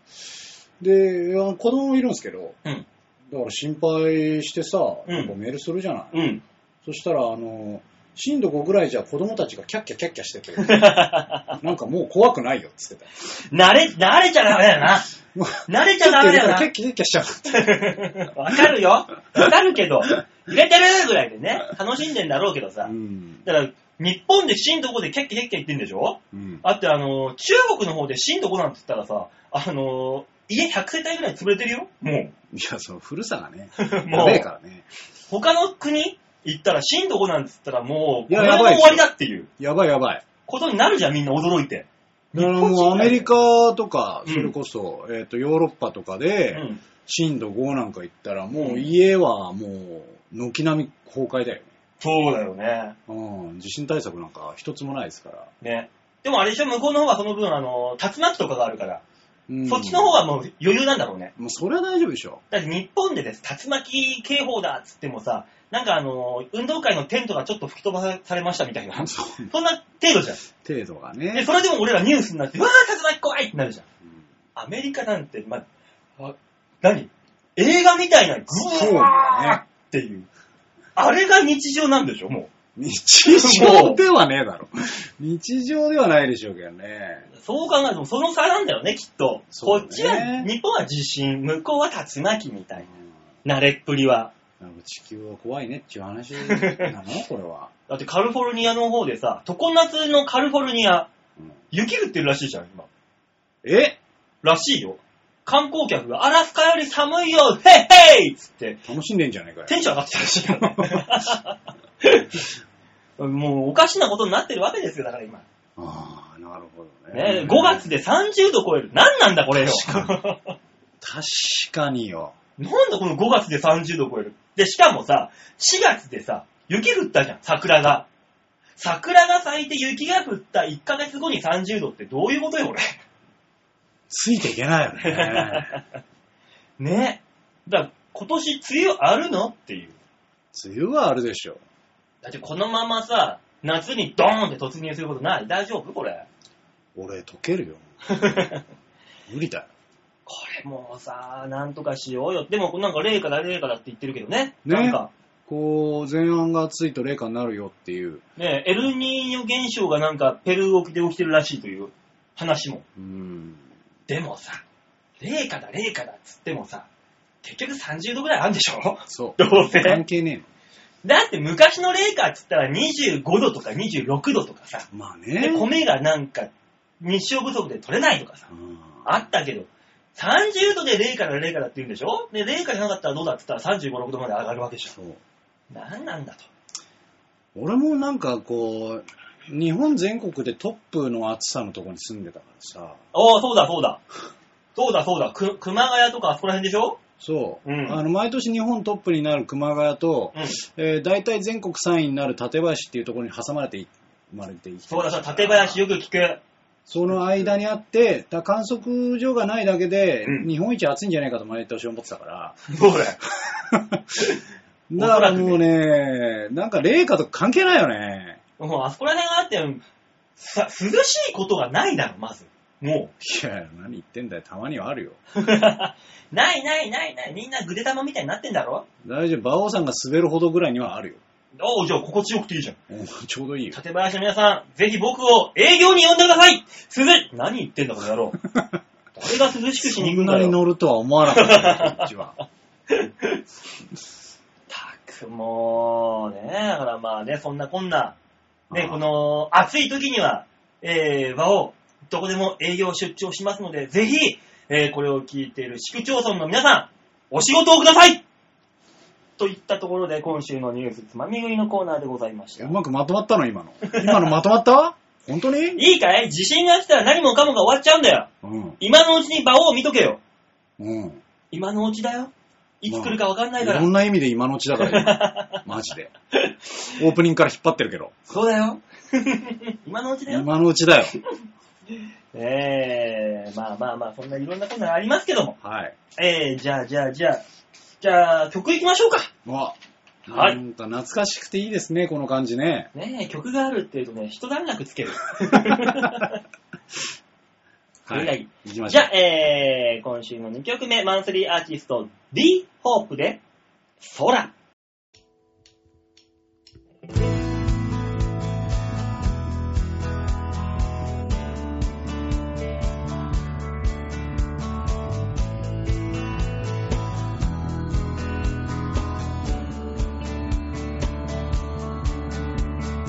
C: て。で、あの子供もいるんですけど、
B: うん
C: だから心配してさ、
B: うん
C: やっぱメールするじゃない。
B: うん。
C: そしたら、あの、震度5ぐらいじゃ子供たちがキャッキャキャッキャしてて、なんかもう怖くないよっつってた。
B: 慣れ、慣れちゃダメだよな。
C: もう
B: 慣れちゃダメだよな
C: キャッキャキャッキャしちゃう。
B: わかるよ。わかるけど、揺れてるぐらいでね、楽しんでんだろうけどさ
C: う。ん。
B: だから、日本で震度5でキャッキャキャッキャ言ってんでしょ
C: うん。
B: あって、あの、中国の方で震度5なんて言ったらさ、あの、家100世帯ぐらい潰れてるよも
C: いや、その古さがね、
B: う。
C: や
B: も
C: べえ
B: う、
C: からね。
B: 他の国行ったら震度5なんて言ったらもう、
C: い
B: こ
C: や
B: れも
C: やば
B: 終
C: いですよ
B: わりだっていう
C: やばいやばい。
B: ことになるじゃん、みんな驚いて。
C: だからもうアメリカとか、
B: うん
C: それこそ、えっ、と、ヨーロッパとか
B: う
C: で、
B: ん。
C: 震度5なんか行ったら、も
B: う
C: うん家はもう、軒並み崩壊だよね。
B: そうだよね。
C: うん、地震対策なんか一つもないですから。
B: ね。でもあれでしょ、向こうの方はその分、あの、竜巻とかがあるから、
C: うん、
B: そっちの方はもう余裕なんだろうね。
C: もうそれは大丈夫でしょ。
B: だって日本でです、竜巻警報だっつってもさ、なんかあのー運動会のテントがちょっと吹き飛ばされましたみたいな。そ
C: そうん
B: な程度じゃん。
C: 程度が
B: で、
C: ね。
B: それでも俺らニュースになって、うわー、竜巻怖いってなるじゃん。
C: うん
B: アメリカなんて、ま、あ何映画みたいな、
C: そう
B: ぐ
C: だ
B: わー
C: ね。
B: っていう。あれが日常なんでしょ、も
C: 日常ではねえだ ろ。日常ではないでしょうけどね。
B: う。そう考えても、その差なんだよね、きっと。
C: そうね
B: こっちは、日本は地震、向こうは竜巻みたいな。慣れっぷりは。
C: なんか地球は怖いねっていう話 なのこれは。
B: だってカリフォルニアの方でさ、常夏のカリフォルニア、
C: うん
B: 雪降ってるらしいじゃん、今。
C: え
B: らしいよ。観光客が、アラスカより寒いよヘイヘイっつって、
C: 楽しんでんじゃねえかよ。
B: テンション上がってたらしいから。 もうおかしなことになってるわけですよ、だから今。
C: ああ、なるほど
B: ね、
C: ね。
B: 5月で30度超える。なんなんだこれよ。
C: 確かによ。
B: なんだこの5月で30度超える。で、しかもさ、4月でさ、雪降ったじゃん、桜が。桜が咲いて雪が降った1ヶ月後に30度ってどういうことよ、これ。
C: ついていけないよ ね。
B: ね。だから今年梅雨あるのっていう。
C: 梅雨はあるでしょ。
B: だってこのままさ、夏にドーンって突入する ことない大丈夫これ。
C: 俺、溶けるよ。無理だよ。
B: れもうさ、なんとかしようよ。でも、なんか、霊かだ、霊かだって言ってるけどね。
C: ね
B: なんか、
C: こう、前半がついと霊下になるよっていう。
B: ね、エルニーニョ現象がなんか、ペルー沖で起きてるらしいという話も。
C: うん。
B: でもさ、霊かだ、霊かだっつってもさ、結局30度ぐらいあるんでしょ
C: そ
B: どう
C: う。
B: せ。
C: 関係ね
B: だって昔の霊かっつったら25度とか26度とかさ、
C: えの。まあ
B: で
C: ね。
B: 米がなんか日照不足で取れないとかさ、
C: うん
B: あったけど、30度で霊から霊からって言うんでしょで、霊からじゃなかったらどうだって言ったら35、6度まで上がるわけでしょ。
C: そう。
B: なんなんだと。
C: 俺もなんかこう、日本全国でトップの暑さのとこに住んでたからさ、
B: おー、そうだそうだ。そうだそうだ。く熊谷とかあそこら辺でしょ
C: そう、
B: うん
C: あの毎年日本トップになる熊谷と、
B: うん。
C: えー大体全国3位になる館林っていうところに挟まれていまれていきて
B: そうだそうだ、館林よく聞く。
C: その間にあって、だ観測所がないだけで、
B: うん
C: 日本一暑いんじゃないかと毎年思ってた から、
B: そうだよ。
C: だからもうね、なんか冷夏と関係ないよね。
B: もうあそこら辺があって、さ涼しいことがないだろ、まず。もう。
C: いや、何言ってんだよ、たまにはあるよ。
B: ないないないない、みんなぐで玉みたいになってんだろ
C: 大丈夫、馬王さんが滑るほどぐらいにはあるよ。
B: おう、じゃあ心地よくていいじゃん。
C: うんちょうどいいよ。
B: 館林の皆さん、ぜひ僕を営業に呼んでください鈴何言ってんだこの野 郎。誰が涼しくし
C: そ
B: に行く
C: ん
B: んだ
C: なに
B: よ。
C: 乗るとは思わなかった、こっちは。
B: たくもう、ねだからまあね、そんなこんな、
C: あ
B: ね、
C: ー
B: この暑い時には、えー、和をどこでも営業出張しますので、ぜひ、えー、これを聞いている市区町村の皆さん、お仕事をくださいといったところで、今週のニュースつまみ食いのコーナーでございました
C: う。まくまとまったの、今の。今のまとまった本当に
B: いいかい自信が来たら何もかもが終わっちゃうんだよ。
C: うん。
B: 今のうちに馬王を見とけよ。
C: うん。
B: 今のうちだよ。いつ来るか分かんない
C: い
B: から。
C: ろんな意味で今のうちだから、 今マジで。オープニングから引っ張ってるけど。
B: そうだよ。 今のうちだよ。
C: 今のうちだよ。
B: ええー、まあまあまあ、そんないろんなことがありますけども。
C: はい。
B: ええー、じゃあじゃあじゃあ、じゃあ曲行きましょうか。
C: わ、
B: はい
C: なんか懐かしくていいですね、この感じね。
B: ねえ、曲があるっていうとね、一段落つ ける。それがいい
C: 行きまし
B: じ
C: ょ
B: ゃあ、えー、今週の2曲目、マンスリーアーティスト D ホープで、空。
A: どんに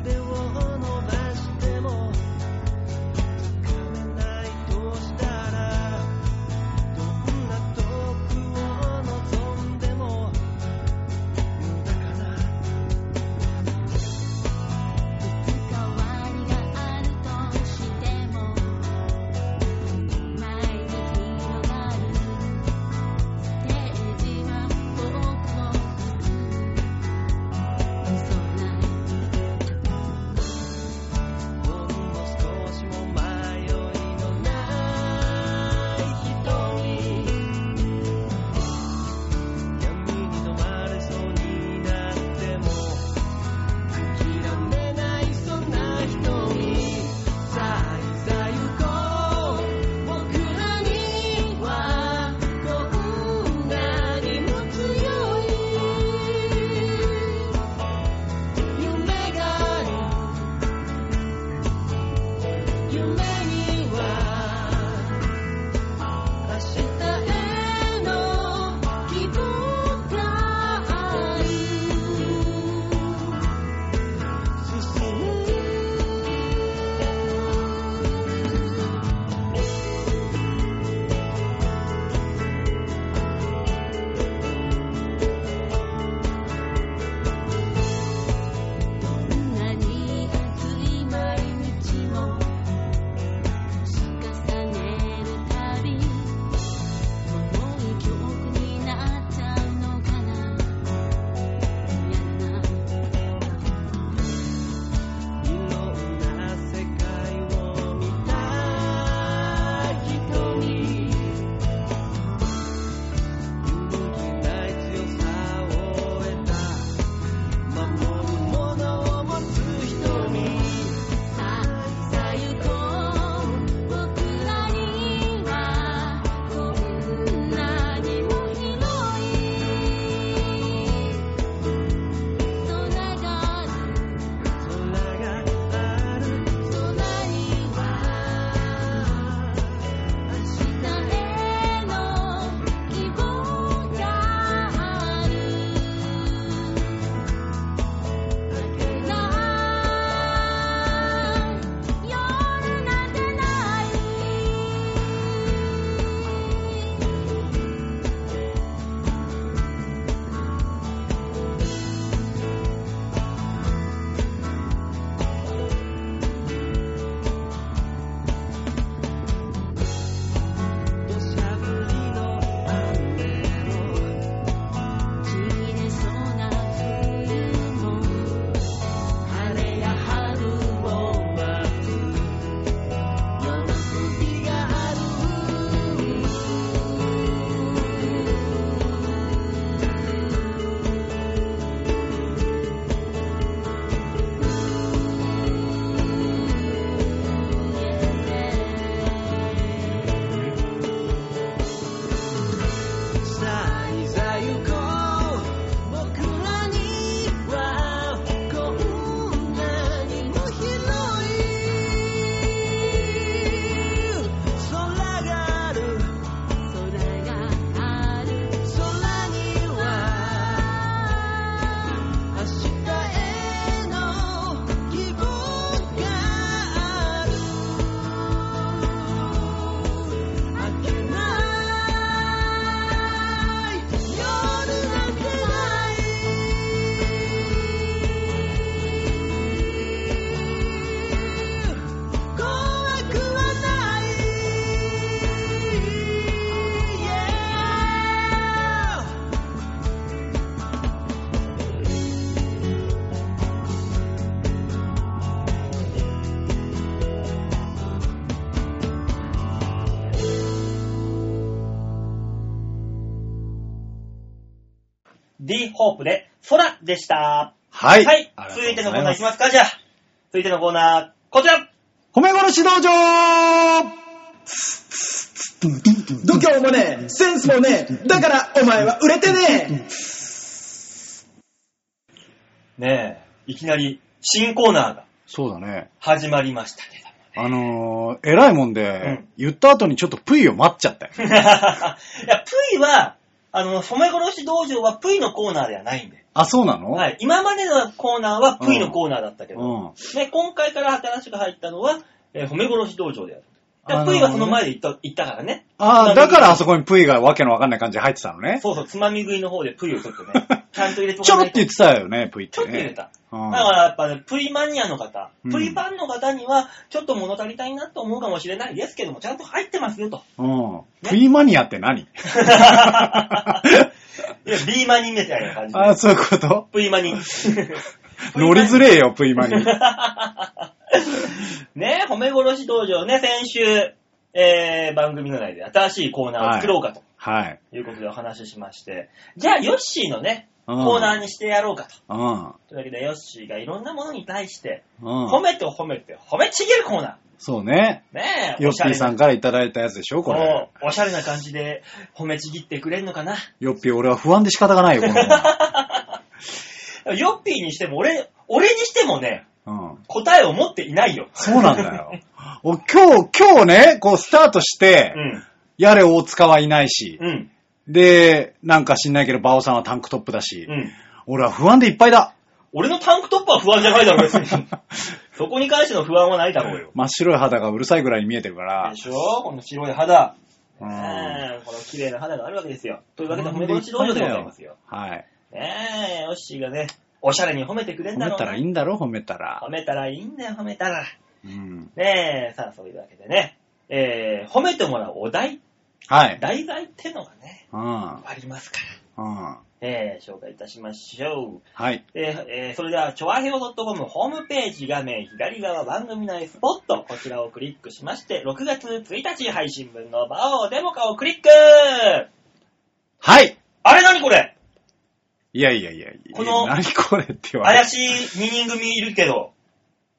A: 腕を伸ばしても掴めないとしたらどんな遠く
B: D ホープで、空でした。
C: はい。
B: はい
C: ありが。とう
B: 続いての
C: ご
B: コ
C: ざ
B: ーナーい
C: ます
B: きますか、じゃあ。続いてのコーナー、こちら
C: 褒め殺し道場
D: 度胸もねえ、センスもねえ、だからお前は売れてねえ。
B: ねえ、いきなり新コーナーが
C: そうだね。
B: 始まりましたけど。
C: あのー、偉いもんで、言った後にちょっとプイを待っちゃったよ。
B: いや、プイは、あの、染め殺し道場はプイのコーナーではないんで。
C: あ、そうなの
B: はい。今までのコーナーはプイのコーナーだったけど、
C: うん。
B: ね、今回から新しく入ったのは、えー褒め殺し道場である。だか
C: あ
B: ら
C: のー
B: プイはその前で行った,、行ったからね。
C: ああ、だからあそ
B: こ。
C: こにプイがわけのわかんない感じで入ってたのね。
B: そうそう、つまみ食いの方でプイをちょっと ね、ちゃんと入れてお
C: ちょ
B: か
C: ろ
B: な
C: っ
B: い
C: て言ってたよね、プイっ
B: ちょ
C: て
B: っ
C: ね。
B: と入れた。
C: うん
B: だからやっぱね、プイマニアの方、
C: うん
B: プイファンの方には、ちょっと物足りないなと思うかもしれないですけども、ちゃんと入ってますよと。
C: うん。プイマニアって何
B: いや、B マニみたいな感じで。
C: あそういうこと
B: プイマニ。
C: 乗りづ
B: れ。
C: れえよ、プイマニ。
B: ねえ、褒め殺し道場ね、先週、えー、番組の内で新しいコーナーを作ろうかと
C: はい。
B: いうことでお話ししまして、じゃあ、ヨッシーのね、
C: うん
B: コーナーにしてやろうかと。
C: うん。
B: というわけで、ヨッシーがいろんなものに対して、
C: うん。
B: 褒めて褒めて、褒めちぎるコーナ
C: そうね。
B: ー。ねえ、
C: ヨ
B: お
C: ッ
B: しゃ
C: ピー
B: れ
C: さ
B: なん
C: からいただいたやつでしょ、これ。
B: そうおしゃれな感じで褒めちぎってくれるのかな。
C: ヨッピー、俺は不安で仕方がないよ、こ の
B: ヨッピーにしても、俺、俺にしてもね、
C: 子。うん。
B: 答えを持っていないよ。
C: そうなんだよ。お今日、今日ね、こうスタートして、やれ大塚はいないし、
B: うん。うん。
C: で、なんか知んないけど、バオさんはタンクトップだし、
B: うん。
C: 俺は不安でいっぱいだ。
B: 俺のタンクトップは不安じゃないだろ、別に。そこに関しての不安はないだろうよ。
C: 真っ白い肌がうるさいぐらいに見えてるから
B: で、しょこの白い肌。
C: う
B: ね
C: ん。
B: えこの綺麗な肌があるわけですよ。というわけで、
C: うん
B: 褒め殺し道場でございますよ。
C: はい。
B: ねえ、ヨッシーがね、おしゃれに褒めてくれん
C: 褒
B: だ
C: め
B: ろう
C: た
B: な。
C: らいいんだろ、褒めたら
B: 褒。めたらいいんだよ、褒めたら。
C: うん。
B: ねえ、さあ、そういうわけでね、えー、褒めてもらうお題、
C: はい。
B: 題材ってのがね、
C: うん。
B: ありますか
C: うん。
B: ら、えー、紹介いたしましょう。
C: はい。
B: えーえーそれでは、チョアヘオ .com ホームページ画面左側番組内スポット、こちらをクリックしまして、6月1日配信分の場をデモ化をクリック
C: はい
B: あれ何これ
C: いやいやいやいや、
B: この
C: 何これって言われ
B: 怪しい2人組いるけど。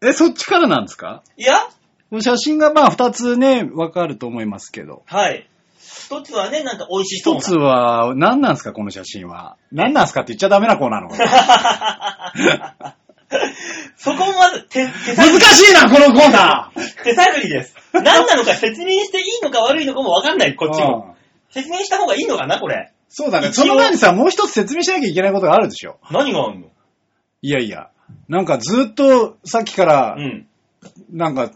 C: え、そっちからなんですか
B: いや
C: この写真がまあ2つね、わかると思いますけど。
B: はい。一つはね、なんか美味しそう
C: 一
B: な。
C: つは、何なんすか、この写真は。何なんすかって言っちゃダメな子なの。難
B: そこもまず手、手探り。
C: しいな、このコーナー
B: 手探りです。何なのか説明していいのか悪いのかもわかんない、こっちも。
C: うん
B: 説明した方がいいのかな、これ。
C: そうだね。
B: 一応
C: その前にさ、もう一つ説明しなきゃいけないことがあるでしょ。
B: 何があんの
C: いやいや。なんかずっと、さっきから
B: う、ん。
C: なんか、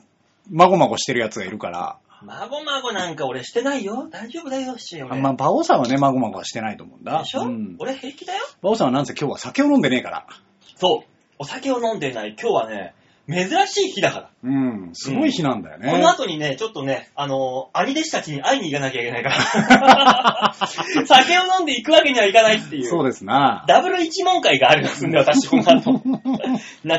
C: まごまごしてるやつがいるから、
B: まごまごなんか俺してないよ。大丈夫だよ、し
C: あ
B: 俺。
C: んま、バオさんはね、まごまごはしてないと思うんだ。
B: でしょ、
C: うん
B: 俺平気だよ。
C: バオさんはなんせ今日は酒を飲んでねえから。
B: そう。お酒を飲んでない。今日はね、珍しい日だから。
C: うん。すごい日なんだよね。
B: この後にね、ちょっとね、あのー兄弟子たちに会いに行かなきゃいけない から。酒を飲んで行くわけにはいかないっていう。
C: そうですな。
B: ダブル一問会があるんですんで、私、この 後。懐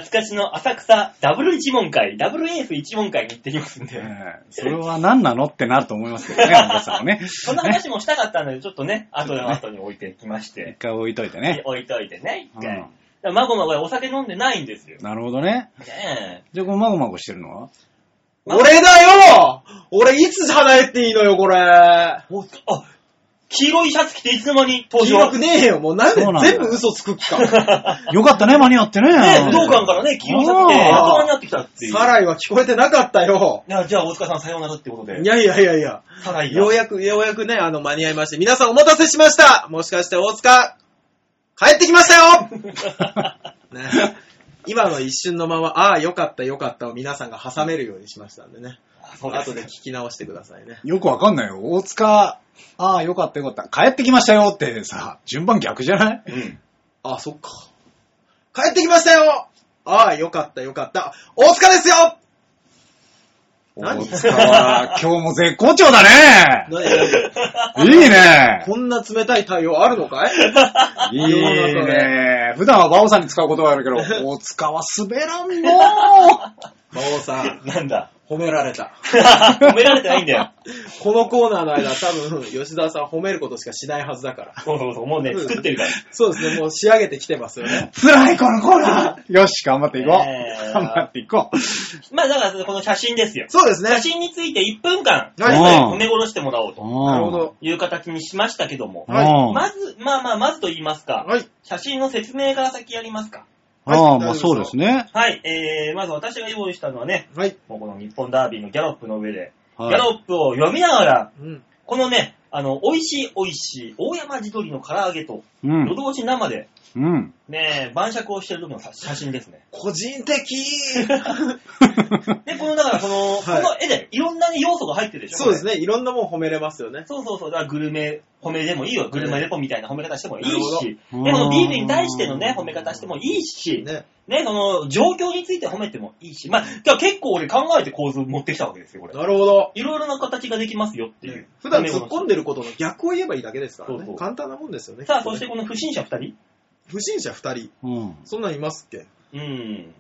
B: かしの浅草ダブル一問会、ダブルエース一問会に行ってきますんで。
C: ええそれは何なのってなると思いますけど ね、皆さんはね。
B: そんな話もしたかったの で、ちょっとね、後の後に置いてきまし
C: 一
B: て。
C: 回置いといてね。
B: 置いといてね、一
C: う
B: 回
C: ん。
B: だからまごまごお酒飲んでないんですよ。
C: なるほどね。
B: ね
C: じゃあ、このまごまごしてるのは
D: 俺だよ俺いつ離れていいのよ、これ
B: え。。おあ、黄色いシャツ着ていつの間に登
D: 記
B: 場。
D: 録
B: ね
D: ねえよ、もうなんで
C: そうなんだよ
D: 全部嘘つく気か。
C: よかったね、間に合ってね。
B: 武道館からね、黄色いシャツ着て、
C: あー
B: やっと間に合ってきたっていう。
D: サライは聞こえてなかったよ。
B: いやじゃあ、大塚さんさようならってことで
D: い。やいやいやいや。
B: サライが
D: ようやく、ようやくね、あの、間に合いまして、皆さんお待たせしましたもしかして大塚、帰ってきましたよね今の一瞬のまま、ああ、よかったよかったを皆さんが挟めるようにしましたんでね。
B: あ そうです
D: 後で聞き直してくださいね。
C: よくわかんないよ。大塚、ああ、よかったよかった。帰ってきましたよってさ、順番逆じゃない
B: うん。
D: ああ、そっか。帰ってきましたよああ、よかったよかった。大塚ですよ
C: 大
D: 何
C: 塚は今日も絶好調 だね。
D: 何
C: いいね。
D: こんな冷たい対応あるのかい
C: いいね。普段はバオさんに使う言葉あるけど、大塚は滑らんの。
D: 馬王さん、
B: なんだ。
D: 褒められた。
B: 褒められてないんだよ。
D: このコーナーの間、多分、吉沢さん褒めることしかしないはずだから。
B: そうそうそう、もうね、作ってるから。
D: そうですね、もう仕上げてきてますよね。
C: 辛い、このコーナーよし、頑張っていこう。
B: えー
C: 頑張っていこう。
B: まあだから、この写真ですよ。
D: そうですね
B: 写。真について1分間、
D: はい
C: うん
B: 褒め殺してもらおうと
D: なるほど。
B: いう形にしましたけども
C: う。ん。
D: はい
C: うん
B: まず、まあまあ、まずと言いますか、
D: はい。
B: 写真の説明から先やりますか。
D: はい
C: ああ、
D: 大丈夫
C: まあ
D: です
C: そうですね。
B: はい、えー、まず私が用意したのはね、
D: はい。
B: もうこの日本ダービーのギャロップの上で、
C: は
B: ギャ
C: い。
B: ロップを読みながら、
D: うん。
B: このね、あの、美味しい美味しい、大山地鶏の唐揚げと、
C: う
B: 夜
C: ん。
B: 通し生で、
C: うん。
B: ね、晩酌をしてる時の写写真です ね。
D: 個人的
B: で、この、だから、この、こ
D: はい
B: の絵でいろんなね要素が入ってるでしょ
D: そうです
B: ね。
D: ね、いろんなもん褒めれますよね。
B: そうそうそう、だからグルメ褒めでもいいよ。グルメレポみたいな褒め方してもいいし、で、
C: なる
B: こ
C: ほど
B: のビールに対してのね、褒め方してもいいし、
D: ね。
B: ね、その、状況について褒めてもいいし、まあ、今日結構俺考えて構図持ってきたわけですよ、これ。
D: なるほど。
B: いろいろな形ができますよっていう
D: ね。普段突っ込ん
B: で
D: でることの逆を言えばいいだけですから
B: そうそ
D: ね
B: う。
D: 簡単なもんですよね。
B: さあ、
D: きっと
B: そ
D: ね
B: してこの不審者二人。
D: 不審者二人。
C: うん。
D: そんなんいますっけ
B: うん。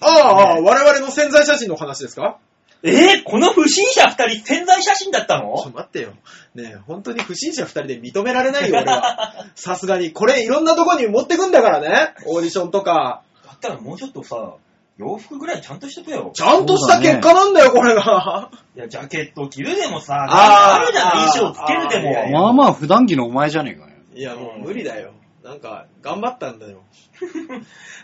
D: ああ、ああ我々の潜在写真の話ですか
B: えー、この不審者二人、潜在写真だった
D: ちょっと
B: の
D: 待ってよ。ねえ、本当に不審者二人で認められないよ、俺 は。さすがに。これいろんなとこに持ってくんだからね。オーディションとか。
B: だったらもうちょっとさ、洋服ぐらいちゃんとしとくよ。
D: ちゃんとした結果なんだよ、これが。
B: いや、ジャケット着るでもさ、なんか
D: あー
B: あるじゃん、
D: あー
B: 衣装つけるで
D: あーいやいや
B: も。
C: まあまあ、普段着のお前じゃねえかよ。
D: いや、もう無理だよ。なんか、頑張ったんだよ。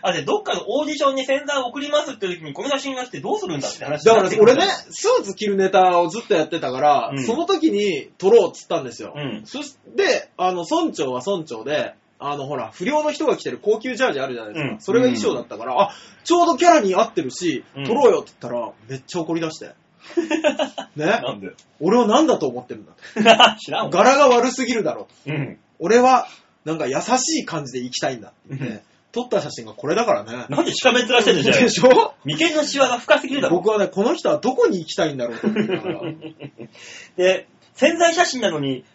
B: あ、で、どっかのオーディションに潜在を送りますって時に、この写真が来てどうするんだって話
D: だ
B: にな
D: か
B: っ
D: ら
B: てくる
D: 俺ね、 スーツ着るネタをずっとやってたから、
B: うん
D: その時に撮ろうっつったんですよ。
B: うん
D: そして、あの、村長は村長で、あの、ほら、不良の人が着てる高級ジャージあるじゃないですか。
B: うん
D: それが衣装だったから、あ、ちょうどキャラに合ってるし、
B: うん
D: 撮ろうよって言ったら、めっちゃ怒り 出して。ね
B: なんで
D: 俺は何だと思ってるんだ
B: 知らんわ。
D: 柄が悪すぎるだろ。
B: うん。
D: 俺は、なんか優しい感じで行きたいんだって言って、撮った写真がこれだからね。
B: なんでしかめっ面してんじゃん
D: で。しょ
B: 眉間のシワが深すぎるだろ。
D: 僕はね、この人はどこに行きたいんだろうと思いながら。
B: で、潜在写真なのに、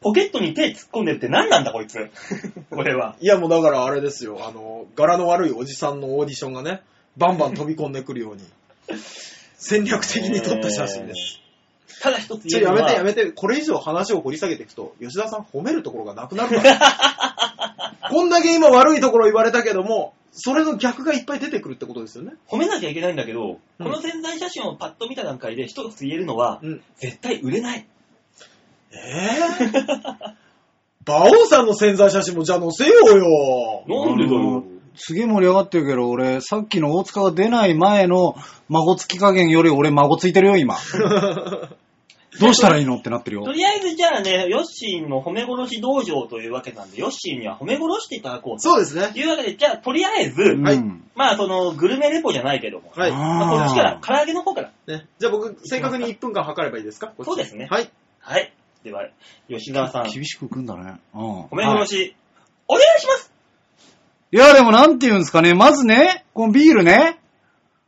B: ポケットに手突っ込んでるって何なんだこいつ。 これは。
D: いやもうだからあれですよ、あの、柄の悪いおじさんのオーディションがね、バンバン飛び込んでくるよう に、戦略的に撮った写真です。
B: ただ一つ
D: ち
B: 言え
D: ょ、
B: る
D: や
B: の
D: め
B: は
D: てやめて、これ以上話を掘り下げていくと、吉田さん褒めるところがなく なるから。こんだけ今悪いところ言われたけども、それの逆がいっぱい出てくるってことですよね。
B: 褒めなきゃいけないんだけど、
D: うん
B: この潜在写真をパッと見た段階で一つ言えるのは、
D: うん。
B: 絶対売れない。
D: えぇ、馬王さんの潜在写真もじゃあ載せようよ。
B: なんでだ
C: あ
B: よ
C: の。すげえ盛り上がってるけど、俺、さっきの大塚が出ない前の孫つき加減より俺孫ついてるよ、今。どうしたらいいのってなってるよ
B: と。りあえずじゃあね、ヨッシーの褒め殺し道場というわけなんで、ヨッシーには褒め殺していただこうと。
D: そうですね。
B: いうわけで、じゃあとりあえず、
C: うん
D: はい
B: まあそのグルメレポじゃないけども、
D: はい。
B: まあ、こっちから、
C: あ
B: 唐揚げの方から。
D: ね、じゃあ僕、正確に1分間測ればいいですかこっち
B: そうですね
D: はい。
B: はい。では、吉沢さん
C: ー、厳しくくんだね。うん。
B: 褒め殺
C: はい
B: し、お願いします
C: いや、でもなんて言うんですかね。まずね、このビールね。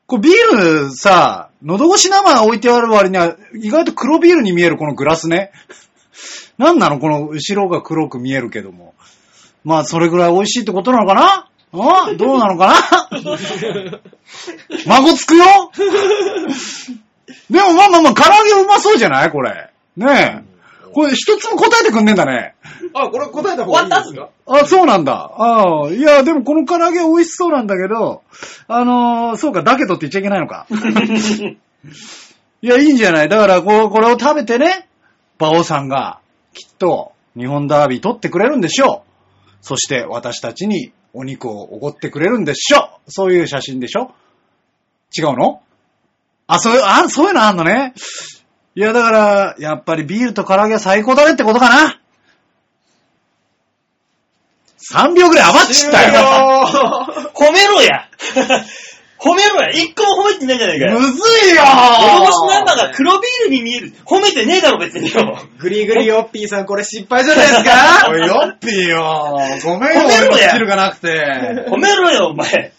C: こうビールさ、喉越し生置いてある割には、意外と黒ビールに見えるこのグラスね。 なんなのこの後ろが黒く見えるけども。まあ、それぐらい美味しいってことなのかなあどうなのかな 孫つくよ でもまあまあまあ、唐揚げうまそうじゃないこれ。ねえ。これ一つも答えてくんねえんだね。
D: あ、これ答えた方がいいです
B: 終わ
D: か
C: あ、そうなんだ。ああ、いや、でもこの唐揚げ美味しそうなんだけど、あのーそうか、だけどって言っちゃいけないのか。いや、いいんじゃないだから、こう、これを食べてね、馬王さんが、きっと、日本ダービー取ってくれるんでしょう。そして、私たちにお肉をおごってくれるんでしょう。そういう写真でしょ違うのあ、そういう、あ、そういうのあんのね。いや、だから、やっぱりビールと唐揚げは最高だねってことかな。3秒ぐらい余っちったよ。
D: よ
B: 褒めろや 褒めろや一個も褒めてないじゃないかよ。
C: むずいよ
B: 喉越しナンバーが黒ビールに見える。褒めてねえだろ、別に よ。
D: グリグリヨッピーさん、これ失敗じゃないですか
C: おい、ヨッピーよごめんよ、
B: ごめんよ
C: 俺のスキルがなくて。
B: 褒めろよ、お前。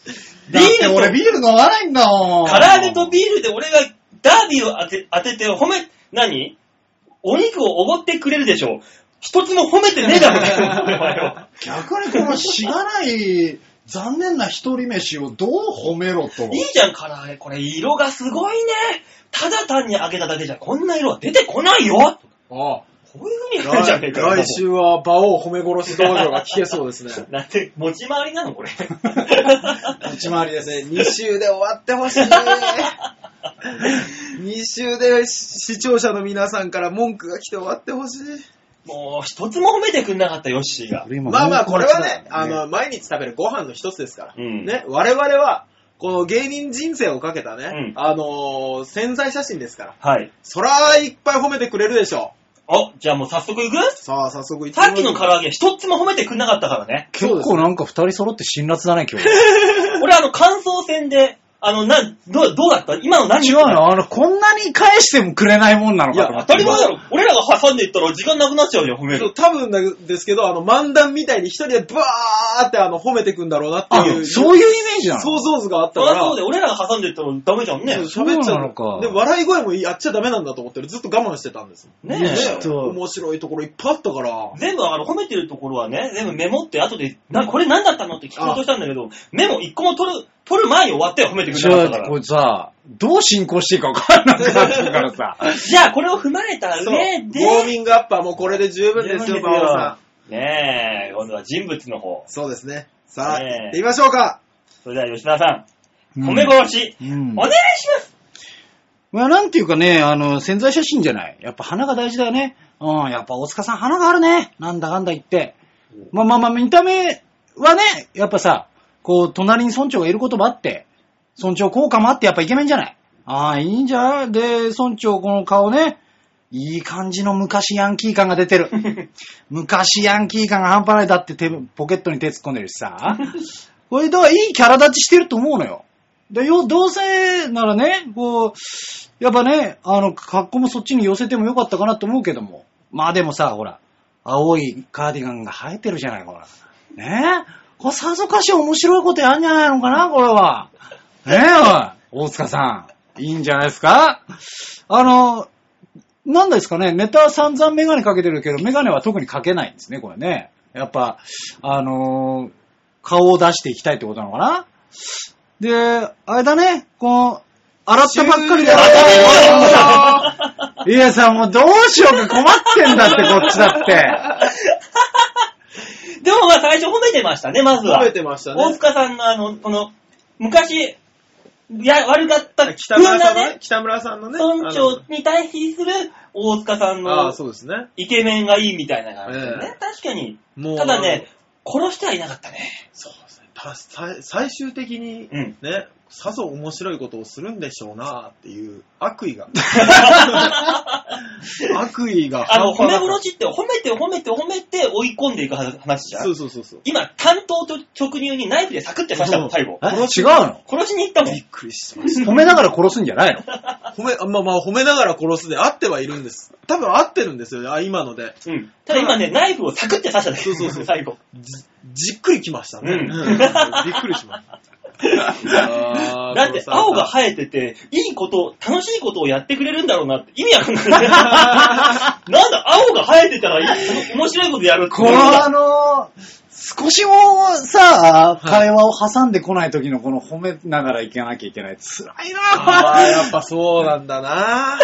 B: ビ
C: だって
B: ール
C: 俺
B: と、
C: ビール飲まないんだもん。
B: 唐揚げとビールで俺がダービーを当て当てて褒め、何お肉をおごってくれるで しょ。一つも褒めてねえだろ、お前を。
C: 逆にこのしがない
E: 残念な一人飯をどう褒めろと。
B: いいじゃん、唐揚げ。これ、色がすごいね。ただ単に揚げただけじゃ、こんな色は出てこないよ。
D: ああ
B: こういう風にやるじゃねえか
D: 来
B: よ。
D: 来週は馬王褒め殺し道場が聞けそうですね。
B: なんて、持ち回りなのこれ。
E: 持ち回りですね。
D: 2週で終わってほしい。2週で視聴者の皆さんから文句が来て終わってほしい。
B: もう、一つも褒めてくんなかった、ヨッシーが。
C: 俺今
D: まあまあ、これはね、
C: 文
D: あ
C: 句の
D: の、毎日食べるご飯の一つですから。
B: うん
D: ね、我々は、この芸人人生をかけたね、
B: うん
D: あのー潜在写真ですから。
B: はい。
D: そら、いっぱい褒めてくれるでしょ
B: お、じゃあもう早速行く
D: う。さあ、早速い
B: さっきの唐揚げ、一つも褒めてくんなかったからね。
C: 結構なんか二人揃って辛辣だね、今日。
B: 俺、あの、感想戦で、あの、な、どう、どうだった今の何
C: 違うのあの、こんなに返してもくれないもんなのかと思
B: 当
C: って
B: たり前だろ。俺らが挟んでいったら時間なくなっちゃうよ、褒め
D: そう
B: る。
D: 多分なんですけど、あの、漫談みたいに一人でブワーってあの、褒めてくんだろうなってい
C: あ
D: う、
C: そういうイメージなの
D: 想像図があった
B: そ
D: か
B: りゃ
D: ら、
B: そうで、俺らが挟んでいったらダメじゃんね。
D: そう喋っちゃ
C: そうなのか
D: う。で、笑い声もやっちゃダメなんだと思ってる。ずっと我慢してたんです。
B: ね
C: いや
B: え。
C: ちょっと
D: 面白いところいっぱいあったから、
B: 全部あの褒めてるところはね、全部メモって後で、な、これ何だったのって聞こうとしたんだけど、メモ一個も取る、取る前に終わって褒めてくれ
C: じ
B: なかっ
C: ゃ
B: たか
C: あ、こ
B: ら。
C: れさ、どう進行していいか分からなくなってるからさ。
B: じゃあこれを踏まえた
D: そうウ
B: 上
D: ォ
B: で、
D: ーミングアップはもうこれで十分ですよ、
B: 十分ですよ
D: 馬王さ
B: ねえ、今度は人物の方
D: ん。。そうですね。さあ、
B: ねえ
D: 行ってみましょうか。
B: それでは吉田さん、
C: うん
B: 褒め殺し、
C: うん
B: お願いします
C: まあ、なんていうかね、あの、潜在写真じゃない。やっぱ花が大事だよね。うん、やっぱ大塚さん花があるね。なんだかんだ言って。まあまあまあ、見た目はね、やっぱさ、こう、隣に村長がいることもあって、村長効果もあって、やっぱイケメンじゃない。ああ、いいんじゃないで、村長この顔ね、いい感じの昔ヤンキー感が出てる。昔ヤンキー感が半端ない。だって手ポケットに手突っ込んでるしさ。これ、だからいいキャラ立ちしてると思うのよ。で、よ、どうせならね、こう、やっぱね、あの、格好もそっちに寄せてもよかったかなと思うけども。まあでもさ、ほら、青いカーディガンが生えてるじゃない、ほら。ねえ。これさぞかし面白いことやんじゃないのかな、これは。ねえ、おい大塚さん。いいんじゃないですかあの、なんですかね、ネタは散々メガネかけてるけど、メガネは特にかけないんですね、これね。やっぱ、あのー顔を出していきたいってことなのかなで、あれだね、こう、洗ったばっかりで、
D: 終了
C: いやさ、もうどうしようか困ってんだって、こっちだって。
B: でもまあ最初褒めてましたね、まずは。
D: 褒めてましたね
B: 大塚さんのあの、この、昔、や、悪かった
D: 北村さんの
B: 風な
D: ね、北村さんのね、
B: 村
D: あ
B: 長
D: の
B: に対比する大塚さん
D: あ
B: の
D: あ、そうですね。
B: イケメンがいいみたいな感じでね。
D: え
B: 確かに。
D: もう
B: ただね、殺してはいなかったね。
D: そうですね。た最最終的に、
B: うん
D: ね、さぞ面白いことをするんでしょうなっていう悪 意が。悪意が
B: あの、
D: 半
B: 褒め
D: 端なかっ
B: 殺しって褒めて褒めて褒めて追い込んでいく話じ
D: た
B: ゃ
D: そ
B: ん
D: う。そうそうそう。
B: 今、担当と直入にナイフでサクって刺したもん、最後。
C: え違うの
B: 殺しに行ったもん
D: びっ。くりしまし
C: 褒めながら殺すんじゃないの
D: た。褒め、まあまあ褒めながら殺すで合ってはいるんです。多分合ってるんですよね、あ今ので。
B: うん。ただ今ね、ナイフをサクって刺しただけ。
D: そうそうそう
B: 最後。
D: じじっくりきましたね。
B: うん
D: びっくりしました。
B: だって、青が生えてて、いいこと、楽しいことをやってくれるんだろうなって、意味わかん ない。なんだ、青が生えてたらいい、面白いことやるって
C: このあの少しもさ、会話を挟んでこない時のこの褒めながらいけなきゃいけない。辛い
D: あ
C: な
D: ーやっぱそうなんだな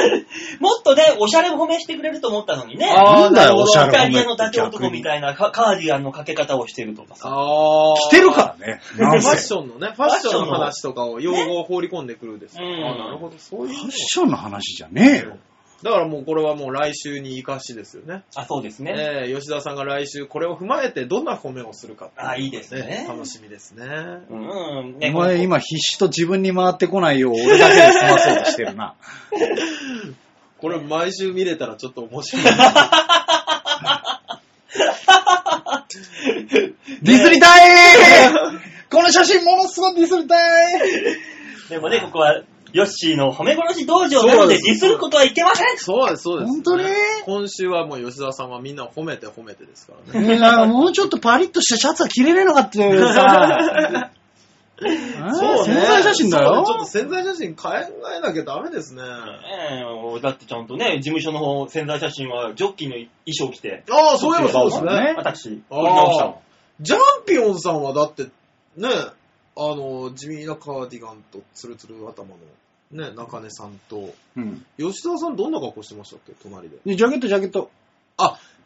B: もっとね、おしゃれ褒めしてくれると思ったのにね。
D: あー
C: なんだよ、
D: なるほど
C: おしゃ
B: イ
C: れ
B: タ
C: 褒
B: リ
C: めっ
B: アの伊達
C: て
B: 男
C: 逆
B: み
C: に。
B: たいなカカーディガンのかけ方をしてるとかさ。
D: あ
C: 着てるからね。
D: ら
C: な
D: フ
C: ん
D: ァッ
C: せ。
D: ションのね、ファッションの話とかを用語を放り込んでくるです。
B: ね
D: あーなるほど、そういう
C: ファ
D: の
C: ッションの話じゃねえよ。
D: だからもうこれはもう来週に生かしですよね。
B: あ、そうですね。
D: ねえ吉田さんが来週これを踏まえてどんな褒めをするかってうのが
B: あいいですね
D: 楽しみですね。
B: うん。ね
C: お前
B: こ
C: 今必死と自分に回ってこないよう俺だけで済まそうとしてる な。
D: これ毎週見れたらちょっと面白い。
C: ディスりた いこの写真ものすごくディスりたい
B: でもね、ここは、ヨッシーの褒め殺し道場なので、
D: そう
B: デ
D: で
B: ィ
D: す
B: スることはいけません
D: そうです、そうです。
C: 本当に
D: 今週はもう吉田さんはみんなを褒めて褒めてですからね。
C: ねえなんかもうちょっとパリッとしたシャツは着れねえのかっていう さ。そう、潜在写真だ
D: そう
C: よ
D: ね。ちょっと潜在写真考えなきゃダメですね。あ
B: ええだってちゃんとね、事務所の方、潜在写真は、ジョッキーの衣装着て、
D: あ、そういえばそうです
C: そうです
D: ね
C: ね。
B: 私、撮り直した
D: ああ
B: も
D: ジャンピオンさんはだって、ね、あの、地味なカーディガンとツルツル頭の、ね、中根さんと、
C: うん。
D: 吉沢さんどんな格好してましたっけ隣で。
C: で、ジャケット、ジャケット。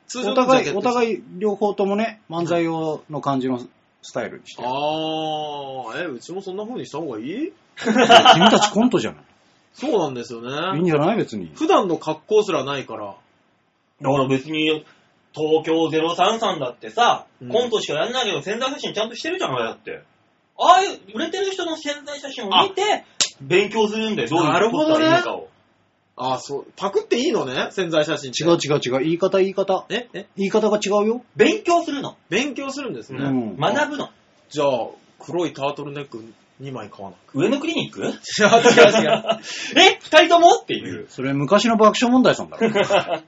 D: 通
C: お互い、お
D: い。
C: 互い両方ともね、漫才用の感じのスタイルにしてる。
D: あー、え、うちもそんな風にした方がいい
C: 君たちコント じゃな
D: そうなんです
C: い
D: よ
C: いいんじ
D: ね。
C: ゃない別に。
D: 普段の格好すらないから。
B: だから別に、東京033だってさ、
D: うん
B: コントしかやんないけど、潜在写真ちゃんとしてるじゃないだって。ああいう、売れてる人の潜在写真を見て、勉強するんだよ、どういう
D: なるほ
B: 撮
D: どね
B: ったらいいのかを。
D: あー、そう、パクっていいのね潜在写真って
C: 違う違う違う。言い方、言い方。
D: え、え、
C: 言い方が違うよ。
B: 勉強するの。
D: 勉強するんですね。
C: うん
B: 学ぶの。
D: じゃあ、黒いタートルネック2枚買わな
B: 上野クリニック
D: 違う違う違う。
B: え二人ともっていう。
C: それ昔の爆笑問題さん だろ。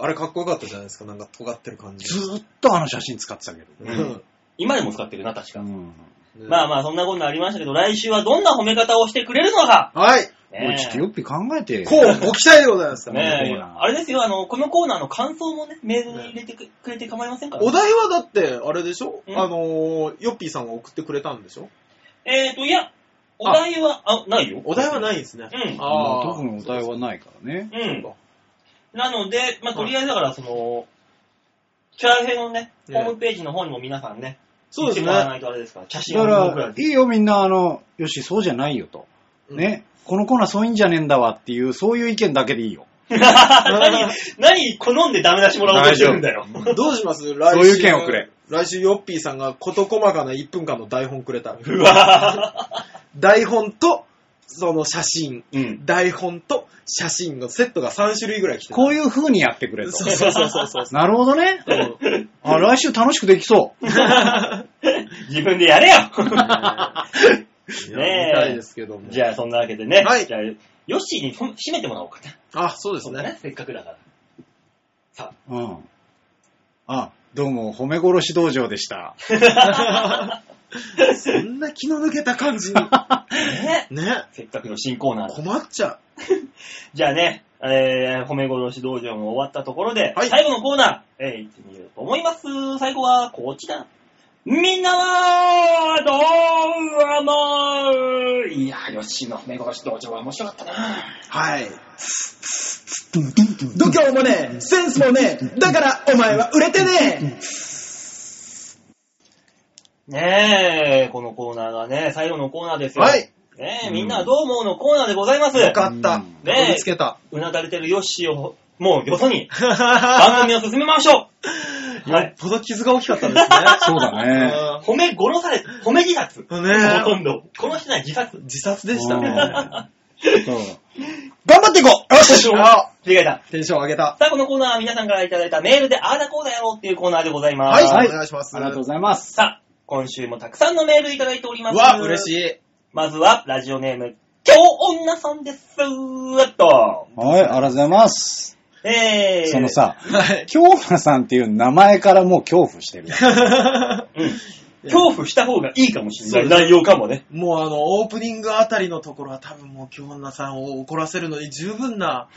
D: あれかっこよかったじゃないですか、なんか尖ってる感じ。
C: ずーっとあの写真使ってたけど。
D: うん
B: 今でも使ってるな、確か。
C: うん。
B: まあまあ、そんなことありましたけど、来週はどんな褒め方をしてくれるのか。
D: あ。はい。
B: ねえ
C: もうちょっとよっぴ考えて。
D: こうご期待でございますから。
B: ねえ
C: このコーナー
B: あれですよ、あの、このコーナーの感想もね、メールに入れてくくれて構いませんから
D: お。題はだって、あれでしょ
B: うん
D: あのー、ヨッピーさんが送ってくれたんでしょ
B: えーと、いや、お題は、あ、ないよ。。
D: お題はいないんですね。
B: うん
C: まあ
D: あー
C: 特にお題はないからね。
B: うん
D: そう。
B: なので、まあ、とりあえずだから、その、チャーヘイのね、ホ
D: ね
B: ームページの方にも皆さんね、
D: そうで
B: 見
D: す
B: てもらわ
D: ね。
B: ないとあれですから、写真
C: だ
B: を
C: か
B: 僕ら
C: ら、い
B: で。
C: いよみんな、あの、よし、そうじゃないよと。
D: うん
C: ね、このコーナーそういうんじゃねえんだわっていう、そういう意見だけでいいよ。
B: 何、何好んでダメ出しもらおうとしてるんだよ。
D: どうし ます来週。
C: そういう件をくれ。
D: 来週ヨッピーさんが事細かな1分間の台本くれた。
B: うわ
D: 台本と、その写真。
B: ぁ。 うん。
D: 台本と写真のセットが3種類ぐらい来てる。
C: こういう風にやってくれと。
D: そうそうそうそうそう。
C: なるほどね。あ、来週楽しくできそう。
B: 自分でや れよ
D: いや
B: ねえ
D: 見たいですけども。
B: じゃあ、そんなわけでね。
D: はい
B: じゃあ、ヨッシーに締めてもらおうかな。
D: あ、そうです
B: そうだ
D: ね。
B: ね。せっかくだから。さ
C: うん。あ、どうも、褒め殺し道場でした。
D: そんな気の抜けた感 じに。
B: あ、ね。
D: ね。
B: せっかくの新コーナーで。
D: 困っちゃ
B: じゃあね、えー、褒め殺し道場も終わったところで、
D: はい
B: 最後のコーナー、えー、行ってみようと思います。最後はこちら。みんなは、どう思ういやー、よっしーの褒め殺し道場は面白かったな
D: う。はい。度胸もねえ、センスもねえ、だからお前は売れてね
B: ねえ、このコーナーがね、最後のコーナーです
D: え
B: よ。
D: はい。
B: ねえ、
C: うん
B: みんなはどう思うのコーナーでございます。
D: よかった。
C: ね
B: え
D: 見つけ た。
B: うなだれてるヨッシーを、もうよそ に、番組を進めましょ う。 はい。
D: ほど傷が大きかったんですね。
C: そうだね。
D: あ
B: 褒め殺され、褒め自殺。
D: ー
B: ほと
D: ね
B: んど。この人は自殺
D: え。。自殺でしたね。
C: うんそう
D: 頑張っていこうよしあ
B: 違えた。
D: テンション上げた。
B: さあ、このコーナーは皆さんからいただいたメールで、ああだこうだやろうっていうコーナーでございます。
D: はい、
C: はい
D: お願いします。
C: ありがとうございます。
B: さあ、今週もたくさんのメールいただいております。
D: うわ、嬉し
B: い。
D: い。
B: まずは、ラジオネーム、京女さんです。っと。
C: はい、ありがとうございます。
B: えー。
C: その。さ、
D: はい。
C: 京花さんっていう名前からもう恐怖 してる。
B: うん。恐怖した方がいいかもしれない。内容かも ね。
D: もうあの、オープニングあたりのところは多分もう、京女さんを怒らせるのに十分な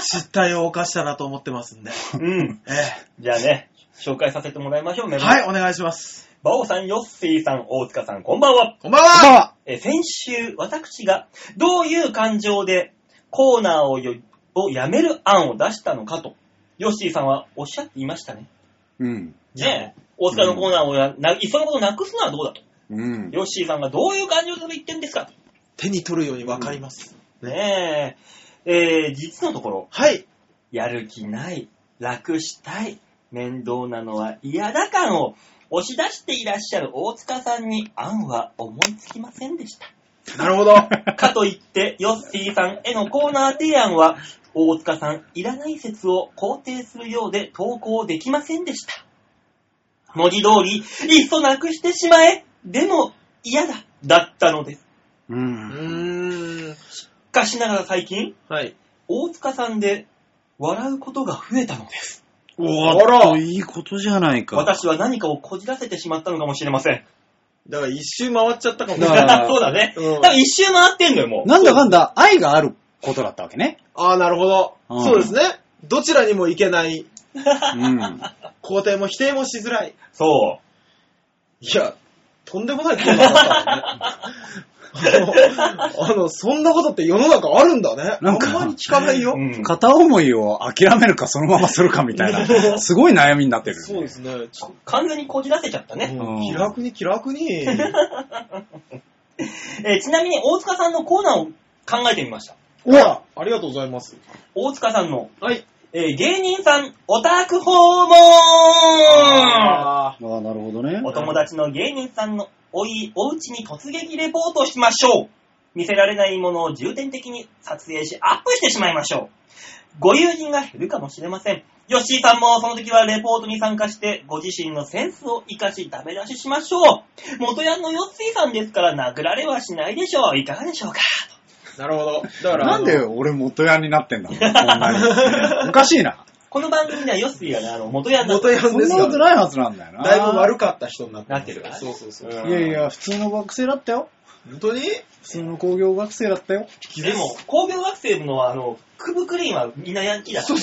D: 失態を犯したなと思ってますんで。
B: うん。
D: え
B: じゃあね、紹介させてもらいましょう、メ
D: え。
B: ール。。
D: はいい、お願いします。
B: バオさん、ヨッシーさん、大塚さん、こんばんは。
D: こんばん
C: こんばん
D: は
C: は
B: えー先週、私がどういう感情でコーナーをよをやめる案を出したのかと、ヨッシーさんはおっしゃっていましたね。
C: うん。
B: ねえ、大塚のコーナーをや、な、いっそのことなくすのはどうだと。
C: うん。
B: ヨッシーさんがどういう感情で言ってんですか
D: 手に取るようにわかります。
B: と。ねえ、えー実のところ、
D: はい。
B: やる気ない、楽したい、面倒なのは嫌だ感を押し出していらっしゃる大塚さんに案は思いつきませんでした。
D: なるほど。
B: かといって、ヨッシーさんへのコーナー提案は、大塚さん、いらない説を肯定するようで投稿できませんでした。文字通り、いっそなくしてしまえでも、嫌だだったのです。
C: う。
D: うんーん。
B: しかしながら最近、
D: はい。
B: 大塚さんで笑うことが増えたのです。
C: お
D: あら
C: っと、いいことじゃないか。
B: 私は何かをこじらせてしまったのかもしれません。
D: だから一周回っちゃったかもしれ
B: そ
C: だ
B: う
C: か
D: ない。
C: ら
B: だね。
D: うん
B: 多分一周回ってんのよ、もう。
C: なんだかんだ愛があることだったわけ ね。
D: ああ、なるほど。
C: うん
D: そうですね。どちらにも行けない。
C: うん。
D: 肯定も否定もしづらい。
B: そう。
D: いや、とんでもないコーナーだ ったねあの。あの、そんなことって世の中あるんだね。
C: なんか
D: あんまり聞かないよ。
B: うん
C: 片思いを諦めるかそのままするかみたい な、すごい悩みになってる。
D: そうですね。ちょ
B: 完全にこじらせちゃったね。
C: うん
D: 気楽に気楽に。
B: えーちなみに大塚さんのコーナーを考えてみました。
D: うわありがとうございます。
B: 大塚さんの、
D: はい。
B: えー芸人さんオタク訪問
F: あ
D: あ
F: あ、なるほどね。
B: お友達の芸人さんのおい、お家に突撃レポートをしましょう。見せられないものを重点的に撮影し、アップしてしまいましょう。ご友人が減るかもしれません。ヨッシーさんもその時はレポートに参加して、ご自身のセンスを活かしダメ出ししましょう。元ヤンのヨッシーさんですから殴られはしないでしょう。いかがでしょうか
D: ーなるほど。だから、
C: なんで俺元ヤンになってん だろうこんなに。おかしいな。
B: この番組ではヨッシーがね、あの、元ヤンだ
D: 元ヤ
C: そ
D: ン
C: ん
D: です
C: な
D: か
C: こと
D: ら
C: ないはずなんだよな。
D: だいぶ悪かった人になってま
B: な
D: す
B: ってるからね
D: そうそうそう。
B: うん
C: いやいや、普通の学生だったよ。
D: 本当に
C: 普通の工業学生だったよ。
B: でも、工業学生のあの、クブクリーンはみんなヤンキーだから。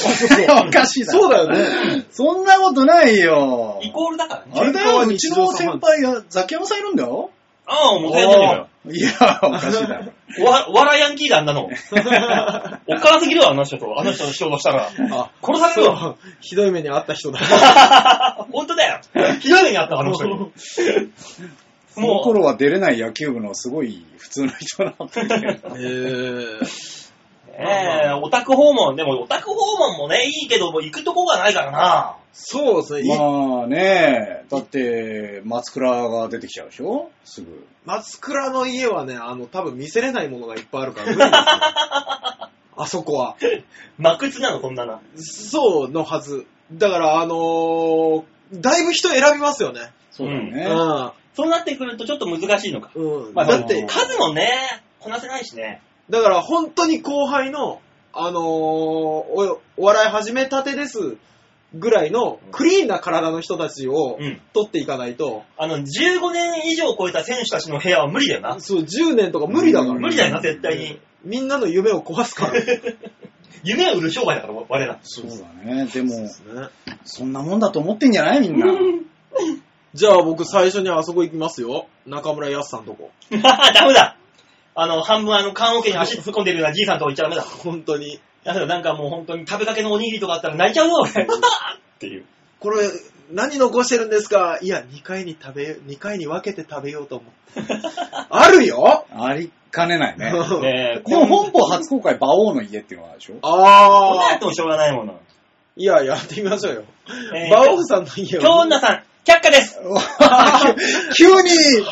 C: おかしいだろ
D: そうだよね。
C: そんなことないよ。
B: イコールだからね。
C: あれだよ、うちの先輩がザキヤマさんいるんだよ。
B: ああ、元ヤンだよ
D: あ。
C: いや、おかしいだ ろ。
B: おわお笑いヤンキーだ、あんなの。おっかなすぎるわ、あの人と。あの人の人がしたら。
D: あ、
B: 殺されるわ。
D: そう。ひどい目に遭った人だ。
B: 本当だよ。ひどい目にあった、あの人に。
C: その
B: もう、
C: 頃は出れない野球部のすごい普通の人だったんだよ
D: えー、
B: ええオタク訪問。でも、オタク訪問もね、いいけど、もう行くとこがないからな。
D: そうですね。い
C: まあね、だって、松倉が出てきちゃうでしょすぐ。
D: 松倉の家はね、あの、多分見せれないものがいっぱいあるから無理 ですよ、あそこは。
B: 真靴なの、こんなな。
D: そうのはず。だから、あのーだいぶ人選びますよね。
C: そうだよね。
B: そうなってくるとちょっと難しいのか。
D: うん。うん。
B: まあ
D: だって、
B: 数もね、こなせないしね。
D: だから本当に後輩の、あのーお、お笑い始めたてですぐらいのクリーンな体の人たちを
B: うん
D: 取っていかないと、
B: あの、15年以上超えた選手たちの部屋は無理だよな。
D: そう、10年とか無理だから、
B: 無理だよな、絶対に。
D: みんなの夢を壊すから。
B: 夢を売る商売だから、我ら。
C: そうだね。でも、
D: ね
C: そんなもんだと思ってんじゃないみんな。
D: じゃあ僕最初にあそこ行きますよ。中村康さんとこ。
B: ダメだあの、半分あの、缶オケに足突っ込んでるようなじいさんとは言っちゃダメだ。
D: 本当に。
B: ダメだ、なんかもう本当に食べかけのおにぎりとかあったら泣いちゃうよ、俺。っていう。
D: これ、何残してるんですかいや、2回に食べ、2回に分けて食べようと 思って。あるよ
C: ありかねないね。
B: ねえ、
C: でも
B: こ
C: 本邦初公開、馬王の家っていうのはあるでしょ
B: んなや
D: あ
B: っ
D: ー。
B: てもしょうがないもの。
D: いや、やってみましょうよ。
B: えー
D: バオフさんの家
B: 今日
D: は。
B: 女さん、却下です
C: 急に、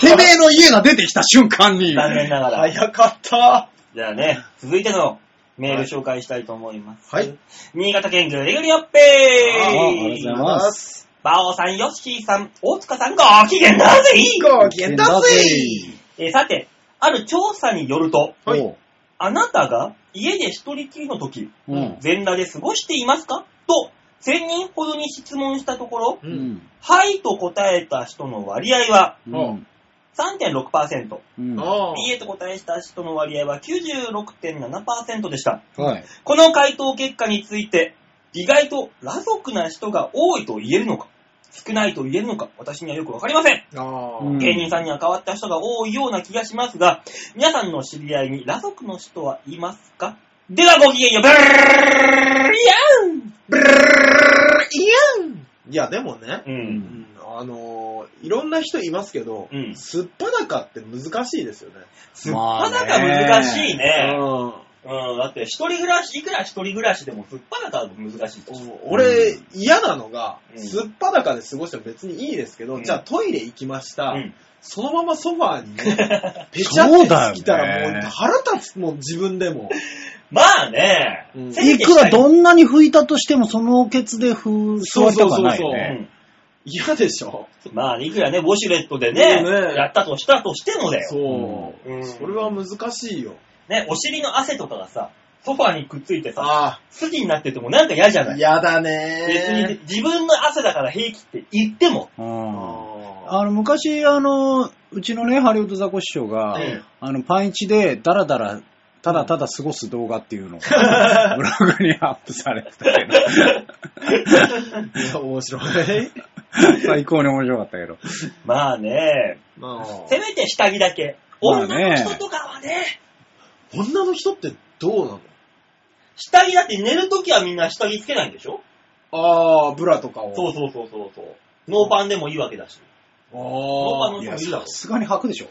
C: てめえの家が出てきた瞬間に。
B: 残念ながら。
D: 早かった。
B: じゃあね、続いてのメール紹介したいと思います。
D: はい。
B: 新潟県ぐりぐりよっぺー
D: あ
C: あありがとうございます。
B: バオさん、ヨッシーさん、大塚さん、ご機嫌だぜ
D: ご機嫌だぜ
B: えーさて、ある調査によると、
D: はい
C: おう
B: あなたが家で一人きりの時、
C: うん。
B: 全裸で過ごしていますかと、1000人ほどに質問したところ、
D: う。
C: うんん。
B: はいと答えた人の割合は
C: うん。
B: 3.6%、
C: うん。は
D: ああ。
B: いいえと答えした人の割合は96.7%でした。
C: い。
B: この回答結果について、意外と裸族な人が多いと言えるのか、少ないと言えるのか、私にはよくわかりません。
D: あ
C: うん
D: ー
B: 芸人さんには変わった人が多いような気がしますが、皆さんの知り合いに裸族の人はいますかではごきげんよう、ブルーイヤ
D: いや、でもね、
B: ー
C: ん
D: うんあのー、いろんな人いますけど、
B: うん
D: すっぱだかって難しいですよね。
B: すっ
C: ま
B: ぱ
C: あね
B: だか難しいね。
D: うん
B: うん、だって一人暮らし、いくら一人暮らしでもすっぱだかは難しいと。
D: 俺、嫌なのが、
B: うん
D: すっぱだかで過ごしても別にいいですけど、
B: うん
D: じゃあトイレ行きました、
B: うん
D: そのままソファー にね、ぺちゃってきたら
C: そうだよ
D: も
C: ね
D: う腹立つもん、自分でも。
B: まあね、
D: うん
B: せめ
C: い
B: て
C: くらどんなに拭いたとしても、そのケツで拭う、
D: そうそうそうそ
C: 座りたく
D: う
C: はないよ
B: う
C: ね
B: ん
D: 嫌でしょ
B: まあ、いくらね、ウォシュレットでね、
D: そうね
B: やったとしたとしてもだよ。
D: そう、
B: うん
D: それは難しいよ。
B: ね、お尻の汗とかがさ、ソファーにくっついてさ、
D: あ
B: 筋になっててもなんか嫌じゃない
D: 嫌だ
B: 別に
D: ね
B: 自分の汗だから平気って言っても。
C: うん
D: あ
C: あの、昔、あの、うちのね、ハリウッドザコシショウが、
B: うん
C: あの、パンイチで、ダラダラ、ただただ過ごす動画っていうの が、 ブログにアップされてたけど、
D: ーいや面白い。
G: 最高に面白かったけど。
B: まあね、
D: まあ、
B: せめて下着だけ。
G: まあ
B: 女
G: ね
B: の人とかはね、
D: 女の人ってどうなの
B: 下着だって寝るときはみんな下着つけないんでしょ
D: ああ、ブラとかを。
B: そうそうそうそうそう。ノーパンでもいいわけだし。ノーパン
D: あ
B: の
C: い
B: 人
C: や、
B: もいるだろ
C: さ。すがに履くでしょ。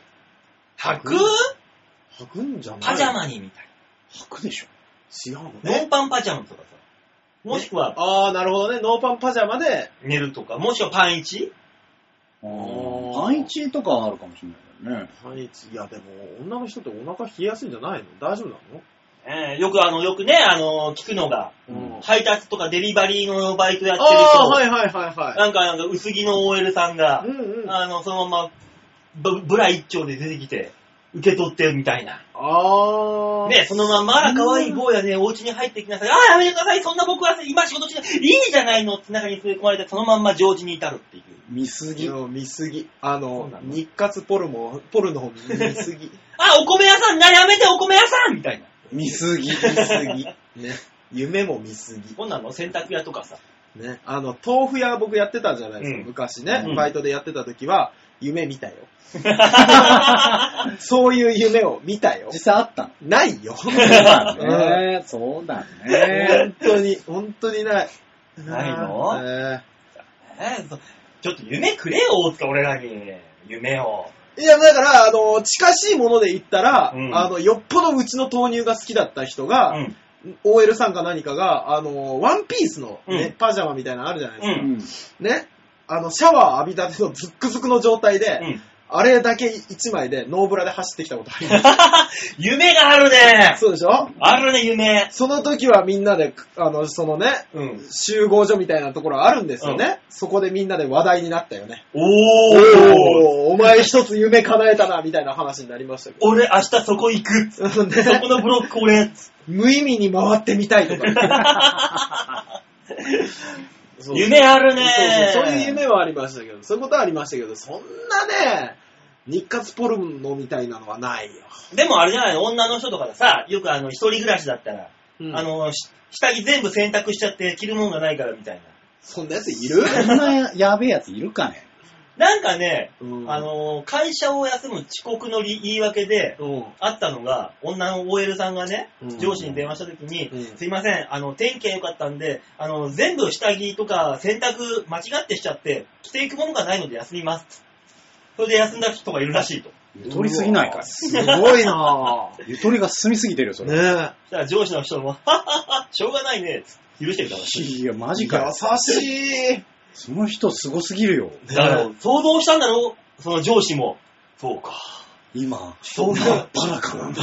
B: 履く
D: 履あ、履くんじゃない
B: パジャマにみたい
C: 履くでしょ。
D: 違うの
B: な。ノー
D: ね。
B: パンパジャマとかさ。もしくは
D: ああ、なるほどね。ノーパンパジャマで、
B: 寝るとか、もしくはパンイチ
D: ー
C: パンイチとかはあるかもしれないけどね。
D: パンイチいや、でも、女の人ってお腹冷えやすいんじゃないの大丈夫なの
B: えーよくあの、よくね、あの、聞くのが、
D: うん
B: 配達とかデリバリーのバイトやってる
D: ああ、
B: 人、
D: はいはいはいは
B: なんか、なんか薄着の OL さんが
D: い。う、んうん。あ
B: あの、そのままブ、ブラ一丁で出てきて、受け取ってみたいな。
D: あー。
B: ね、そのまま、あら、可愛い坊やね、お家に入ってきなさい。ああ、やめてください。そんな僕は今仕事中で、いいじゃないのって中に吸い込まれて、そのまんま常時に至るっていう。
C: 見す
D: い
C: ぎ。
D: や見すぎ。あ
B: そう
D: の
B: な、の
D: 日活ポルも、ポルの方見す ぎ。
B: あ、お米屋さん、な、やめて、お米屋さんみたいな。
C: 見すぎ。
D: 見すぎ。 ね。夢も見すぎ。
B: こんなの洗濯屋とかさ。
D: ね。あの、豆腐屋僕やってたじゃないですか、
B: うん
D: 昔ね、
B: うん
D: バイトでやってた時は、夢見 たよ。そういう夢を見たよ
C: 実。際あったの
D: ない よ。うん
C: ねそうだね。
D: 本当に、本当にない。
B: ないの
D: ね
B: えーそちょっと夢くれよ、大塚、俺らに。夢を。
D: いや、だから、あの、近しいもので言ったら、
B: うん
D: あの、よっぽどうちの豆乳が好きだった人
B: う
D: が、
B: ん。
D: OL さんか何かが、あの、ワンピースの、ね
B: うん
D: パジャマみたいなのあるじゃないです
C: う
D: か。
C: ん。
D: ね。あの、シャワー浴びたてのズックズクの状態で、
B: うん。
D: あれだけ一枚でノーブラで走ってきたことあります。
B: 夢があるね。
D: そうでしょ
B: あるね、夢。
D: その時はみんなで、あの、そのね、
B: うん。
D: 集合所みたいなところあるんですよね。そこでみんなで話題になったよね。
B: お
D: お
B: ー。
D: ーお前一つ夢叶えたな、みたいな話になりましたけ
B: 俺、明日そこ行く。
D: ど。ね
B: そこのブロック 俺。
D: 無意味に回ってみたい とか。そう
B: 夢あるね
D: そうそうそういう夢はありましたけど、そういうことはありましたけど、そんなね、日活ポルノみたいなのはないよ。
B: でもあれじゃないの女の人とかでさ、よくあの、一人暮らしだったら、あの、し下着全部洗濯しちゃって着るもんがないからみたい
D: そんなやついる、
C: そんなややべえやついるかね
B: な。なんかね、
D: うん
B: あ、の、会社を休む遅刻の理言い訳で、
D: うん。
B: あったのが、女の OL さんがね
D: う、ん
B: 上司に電話した時に、
D: うん
B: すいません、あの、天気が良かったんで、あの、全部下着とか洗濯間違ってしちゃって、着ていくものがないので休みます。それで休んだ人がいるらしいと。
C: ゆとりすぎないか
D: うわすごいなぁ。
C: ゆとりが進みすぎてるよ、 それ。
D: ね
B: そしたら上司の人も、はっはっは、しょうがないね、つって許してくれたらしい。
C: いや、マ
D: え。
C: ジかよ。
D: 優しい。
C: その人すごすぎるよ。
B: だから、想像したんだろうその上司も。そうか。
C: 今、
B: そん
C: 真
B: な
C: っ、裸なんだ。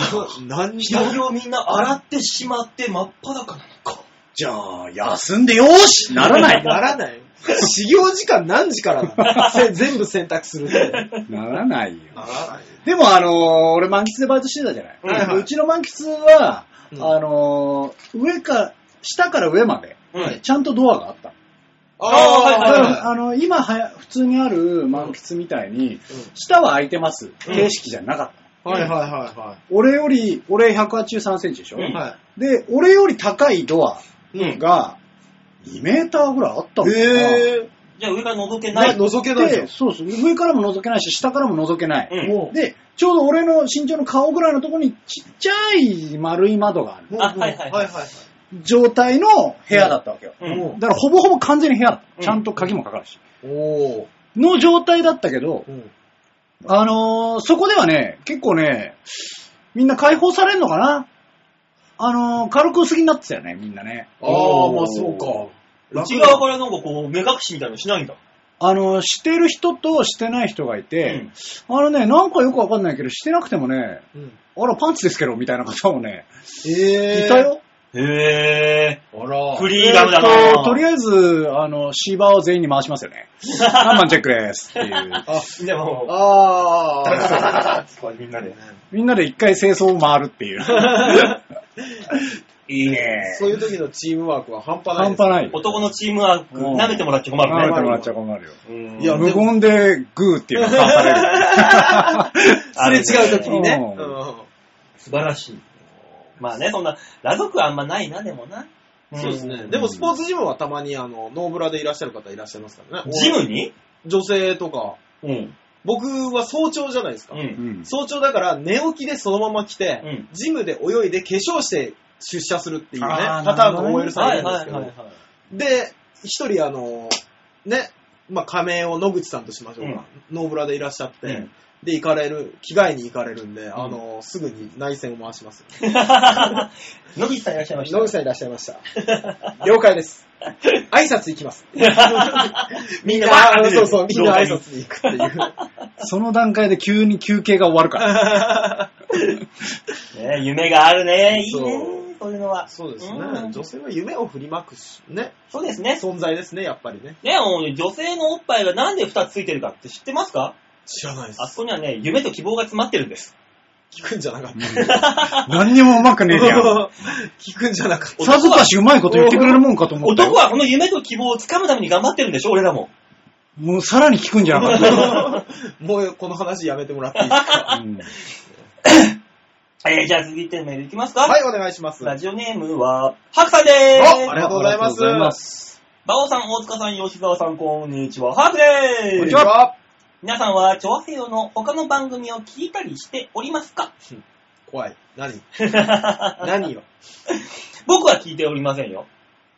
D: 何
B: 下着をみんな洗ってしまって真っ裸なのか。
C: じゃあ、休んでよーしならない。
D: ならない。始業時間何時か らなのせ全部選択するって。
C: ならないよ。
D: ならない。
C: でも、あのー俺満喫でバイトしてたじゃない。
B: うん
C: う
B: はいはいう
C: ちの満喫は、
D: うん
C: あのー上か、下から上まで、
B: うん。
C: ちゃんとドアがあった。
D: あ
B: あーは
C: だ
B: い
C: か
B: はい
C: ら、あの、今はや、普通にある満喫みたいに、
D: うん
C: 下は空いてます。形式じゃなかった。
D: はいはいは
C: 俺より、俺183センチでしょ、
B: うん
D: いはい。は
C: で、俺より高いドア
B: うん。
C: が2メーターぐらいあったの
D: い。
C: かな。
D: へ
B: じゃあ上から覗け
D: ぇー。
B: な。
D: ない覗けないじゃん
C: で、。そうそう、上からも覗けないし、下からも覗けない。
B: うん
D: もう
C: で、ちょうど俺の身長の顔ぐらいのところにちっちゃい丸い窓がある
D: もう
B: あはいはい
D: はいはい。
C: 状態の部屋だったわけよ。
B: うん
D: も
C: だからほぼほぼ完全に部屋だった。
B: うん
C: ちゃんと鍵もかかるし。
D: うお
C: の状態だったけど
D: ー。う、ん
C: あのーそこではね、結構ね、みんな解放されんのかなあのー軽く薄着になってたよね、みんなね。
D: ああ、まあそうか。
B: 内側からなんかこう、目隠しみたいなのしないんだ。
C: あのーしてる人としてない人がいて、あのね、なんかよくわかんないけど、してなくてもね、
D: うん
C: あら、パンツですけど、みたいな方もね、
D: えー。
C: いた。よ。
B: へ
D: あら。
B: フリーダムだな
C: えーととりあえず、あの、シーバーを全員に回しますよね。3番チェックですって いう。
D: あ、
B: ぇー。じゃあもう、
D: あ
B: ダダダダダ
D: あ。
B: ダ ってこうみんなで。
C: みんなで一回清掃を回るっていう。
B: いいね
D: そういう時のチームワークは半端ない
C: 半
D: です。
C: 端ない。
B: 男のチームワーク、
C: うん
B: 舐めてもらっちゃ困
C: 舐め
B: る
C: て
B: ね。
C: もらっちゃ困るよ。
B: うん
D: いや
C: 無言でグーっていうのがさ
D: すれ違う時にね。
C: うん
D: うん
B: 素晴らしい。まあね、そんな、裸族はあんまないな、でもな。
D: そうですね。でもスポーツジムはたまにあの、ノーブラでいらっしゃる方いらっしゃいますからね。
B: ジムに
D: 女性とか。
B: うん。
D: 僕は早朝じゃないですか。
B: うん。
G: ん。
D: 早朝だから寝起きでそのまま来て、
B: うん
D: ジムで泳いで化粧して出社するっていうね、
G: あー
D: パターン
G: なるほ
D: の
G: どね
D: OL さん
B: はいい
D: るんで
B: は
D: す
B: い
D: けど、
B: はいはい。
D: で、一人あの、ね、まあ仮名を野口さんとしましょうか。ノーブラでいらっしゃって、
B: うん
D: で、行かれる、着替えに行かれるんで、あの、すぐに内戦を回しますよ。
B: 野口さんいらっしゃいました。
D: 野口さんいらっしゃいました。了解です。挨拶行きます。
B: みんな
D: あ
B: わー
D: の
B: って
D: そうそう、みんな挨
B: 廊
D: 拶に行くっていう。
G: その段階で急に休憩が終わる から。
B: 下にね夢があるね。いい
D: そ
B: ね。そういうのは。
D: そうですね。
B: うん
D: 女性は夢を振りまくし、ね。
B: そうですね。
D: 存在ですね、やっぱりね。
B: ね、もう女性のおっぱいがなんで2つついてるかって知ってますか
D: 知らないで
B: あ。そこにはね、夢と希望が詰まってるんです。
D: 聞くんじゃなかった。
G: 何にもうまくねえじゃん。
D: 聞くんじゃなかった。
G: さぞかしうまいこと言ってくれるもんかと思ったよ
B: 男はこの夢と希望をつかむために頑張ってるんでしょ俺らも。
G: もうさらに聞くんじゃなかったよ。
D: もうこの話やめてもらっていいですか
G: うん
B: えー、じゃあ続いてのメールいきますか。
D: はい、お願いします。
B: ラジオネームは、ハクさんで
D: お
B: ー
D: あ
B: す。
D: りがとうございま
G: ありが
D: す。。
G: とうございます
B: バオさん、大塚さん、吉沢さん、こんにちは。ハク
D: こ
B: で
D: ん
B: ー
D: に
B: す
D: ち。は。
B: 皆さんは、調和平洋の他の番組を聞いたりしておりますか
D: 怖い。 何何よ。
B: 僕は聞いておりませんよ。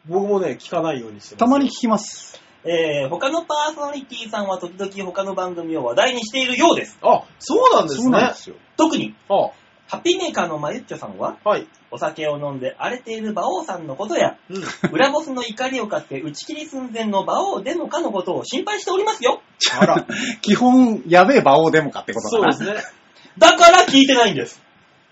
D: 僕もね、聞かないようにしてます。
G: たまに聞きます。
B: えー、他のパーソナリティさんは時々他の番組を話題にしているようです。
D: あ、そうなんです
G: そうなん
D: ね
G: で。すよ。
B: 特に、
D: あ、
B: ハッピーメーカーのマユッチョさんは、
D: はい。
B: お酒を飲んで荒れている馬王さんのことや、
D: うん。
B: 裏ボスの怒りを買って打ち切り寸前の馬王デモカのことを心配しておりますよ。
D: あら。
G: 基本、やべえ馬王デモかってこと
D: そう
G: だ
D: で
G: な。
D: すね。
B: だから聞いてないんです。